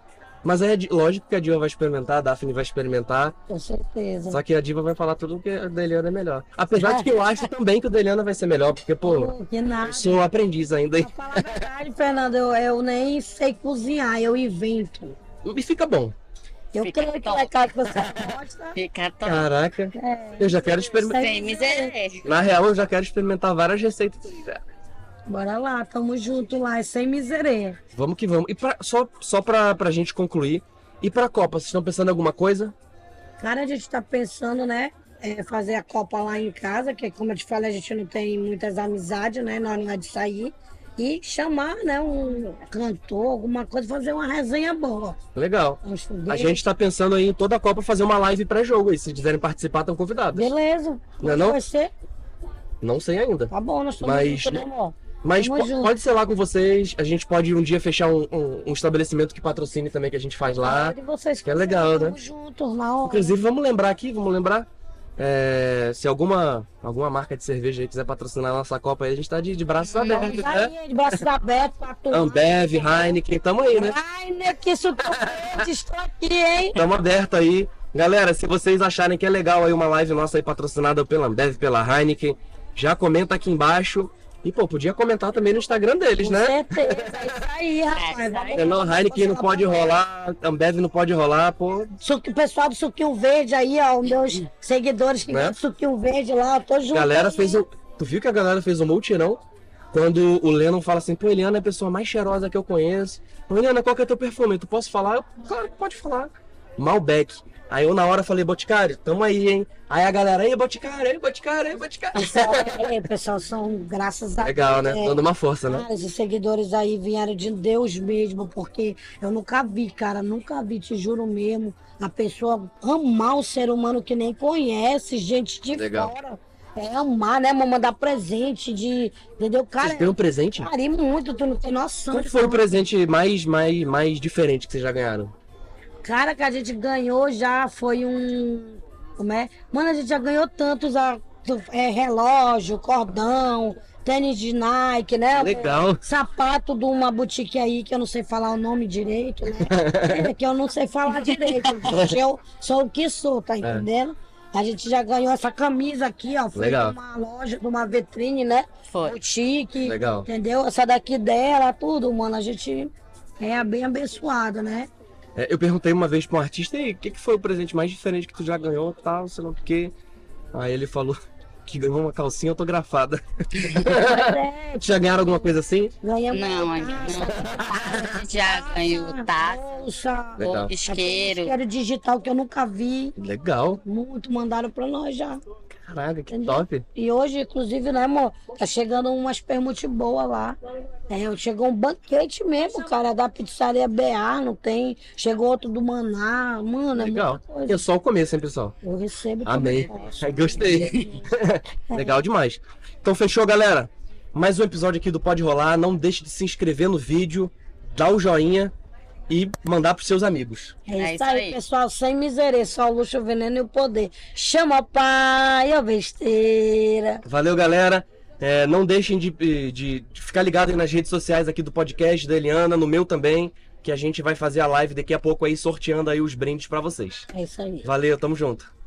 Mas aí, a Di- lógico que a Diva vai experimentar, a Daphne vai experimentar.
com certeza.
Só que a Diva vai falar tudo que a Deliana é melhor. Apesar
É.
de que eu acho também que o Deliana vai ser melhor, porque, pô,
Pô, que nada.
eu sou aprendiz ainda.
Pra falar a verdade, Fernando, eu, eu nem sei cozinhar, eu invento.
E fica bom.
Eu
Fica
creio que
então.
top.
vai cara que você gosta.
Fica top.
Caraca,
É.
eu já quero experimentar.
Sai
Sem miséria.
Na real, eu já quero experimentar várias receitas.
Bora lá, tamo junto lá, é sem miserê.
Vamos que vamos. E pra- só, só pra, pra gente concluir, e pra Copa, vocês estão pensando em alguma coisa?
Cara, a gente tá pensando, né? é, fazer a Copa lá em casa, que como eu te falei, a gente não tem muitas amizades, né? Na hora de sair. E chamar, né? Um cantor, alguma coisa, fazer uma resenha boa.
Legal.
Uns
A
foguetes.
gente tá pensando aí em toda a Copa fazer uma live pré-jogo aí. Se quiserem participar, estão convidados.
Beleza.
Não é não?
Vai ser.
Não sei ainda.
Tá bom, nós estamos
Mas-
juntos, né, amor?
Mas
Tamo
po-
junto.
pode ser lá com vocês. A gente pode um dia fechar um, um- um estabelecimento que patrocine também, que a gente faz lá.
E vocês
que é legal,
tamo
né?
juntos na hora.
Inclusive, vamos lembrar aqui, vamos lembrar. é, se alguma, alguma marca de cerveja aí quiser patrocinar a nossa Copa aí, a gente tá de, de braços abertos, né?
Aí, um de braços abertos, pra tu.
Ambev, Heineken, tamo aí, né?
Ai, né, que isso tô verde, estou aqui, hein?
Tamo aberto aí. Galera, se vocês acharem que é legal aí uma live nossa aí patrocinada pela Ambev, pela Heineken, já comenta aqui embaixo. E, pô, podia comentar também no Instagram deles,
Com
né?
certeza, é isso aí,
É
rapaz.
isso aí.
É, Não, Heineken não pode rolar, Ambev não pode rolar, pô.
Suqui- O pessoal do Suquinho Verde aí, ó, os meus seguidores que
Né?
gostam do Suquinho Verde lá, eu tô junto.
galera
aí,
fez
hein?
um. Tu viu que a galera fez um multirão? Quando o Lennon fala assim, pô, Eliana é a pessoa mais cheirosa que eu conheço. Ô, Eliana, qual que é teu perfume? Tu posso falar? Eu, claro que pode falar. Malbec. Aí eu na hora falei, Boticário, tamo aí, hein? Aí a galera, aí, Boticário, aí, Boticário, aí, Boticário.
É, pessoal, são graças a
Legal, né?
É.
Dando uma força, né?
Cara, esses seguidores aí vieram de Deus mesmo, porque eu nunca vi, cara, nunca vi, te juro mesmo, a pessoa amar o ser humano que nem conhece, gente de
Legal.
fora. É amar, né, mamãe? Dar presente de. Entendeu? Cara,
Vocês ganham um presente?
carinho muito, tu não tem noção.
Qual que foi o presente mais, mais, mais diferente que vocês já ganharam?
Cara, que a gente ganhou já foi um. Como é? Mano, a gente já ganhou tantos a, do- é, relógio, cordão, tênis de Nike, né?
Legal.
Sapato de uma boutique aí que eu não sei falar o nome direito, né? É, que eu não sei falar direito. gente. Eu sou o que sou,
É.
tá entendendo? A gente já ganhou essa camisa aqui, ó. Foi
Legal.
de uma loja, de uma vitrine, né?
Foi.
Boutique.
Legal.
Entendeu? Essa daqui dela, tudo, mano. A gente é bem abençoada, né?
É, eu perguntei uma vez pra um artista, e o que, que foi o presente mais diferente que tu já ganhou, tal, sei lá o quê. Aí ele falou que ganhou uma calcinha autografada. já ganharam alguma coisa assim?
é, Ganhamos
Não,
uma
a gente não. A gente já ganhou taça,
bolsa,
Legal.
isqueiro.
isqueiro digital que eu nunca vi.
Legal.
Muito mandaram pra nós já.
Caraca,
Uhum.
que top.
E hoje, inclusive, né, amor? Tá chegando umas permute boas lá. É, chegou um banquete mesmo, cara, da pizzaria BA, não tem. Chegou outro do Maná, mano. é
Legal.
muita coisa.
É só o começo, hein, pessoal?
Eu recebo
Amei. É,
também.
Gostei. Legal demais. Então fechou, galera. Mais um episódio aqui do Pode Rolar. Não deixe de se inscrever no vídeo, dar o joinha e mandar pros seus amigos.
É isso, aí, pessoal, sem miséria, só o luxo, o veneno e o poder. Chama o pai, a besteira.
Valeu, galera. É, não deixem de, de- de ficar ligado aí nas redes sociais aqui do podcast da Eliana, no meu também, que a gente vai fazer a live daqui a pouco aí, sorteando aí os brindes pra vocês.
É isso aí.
Valeu, tamo junto.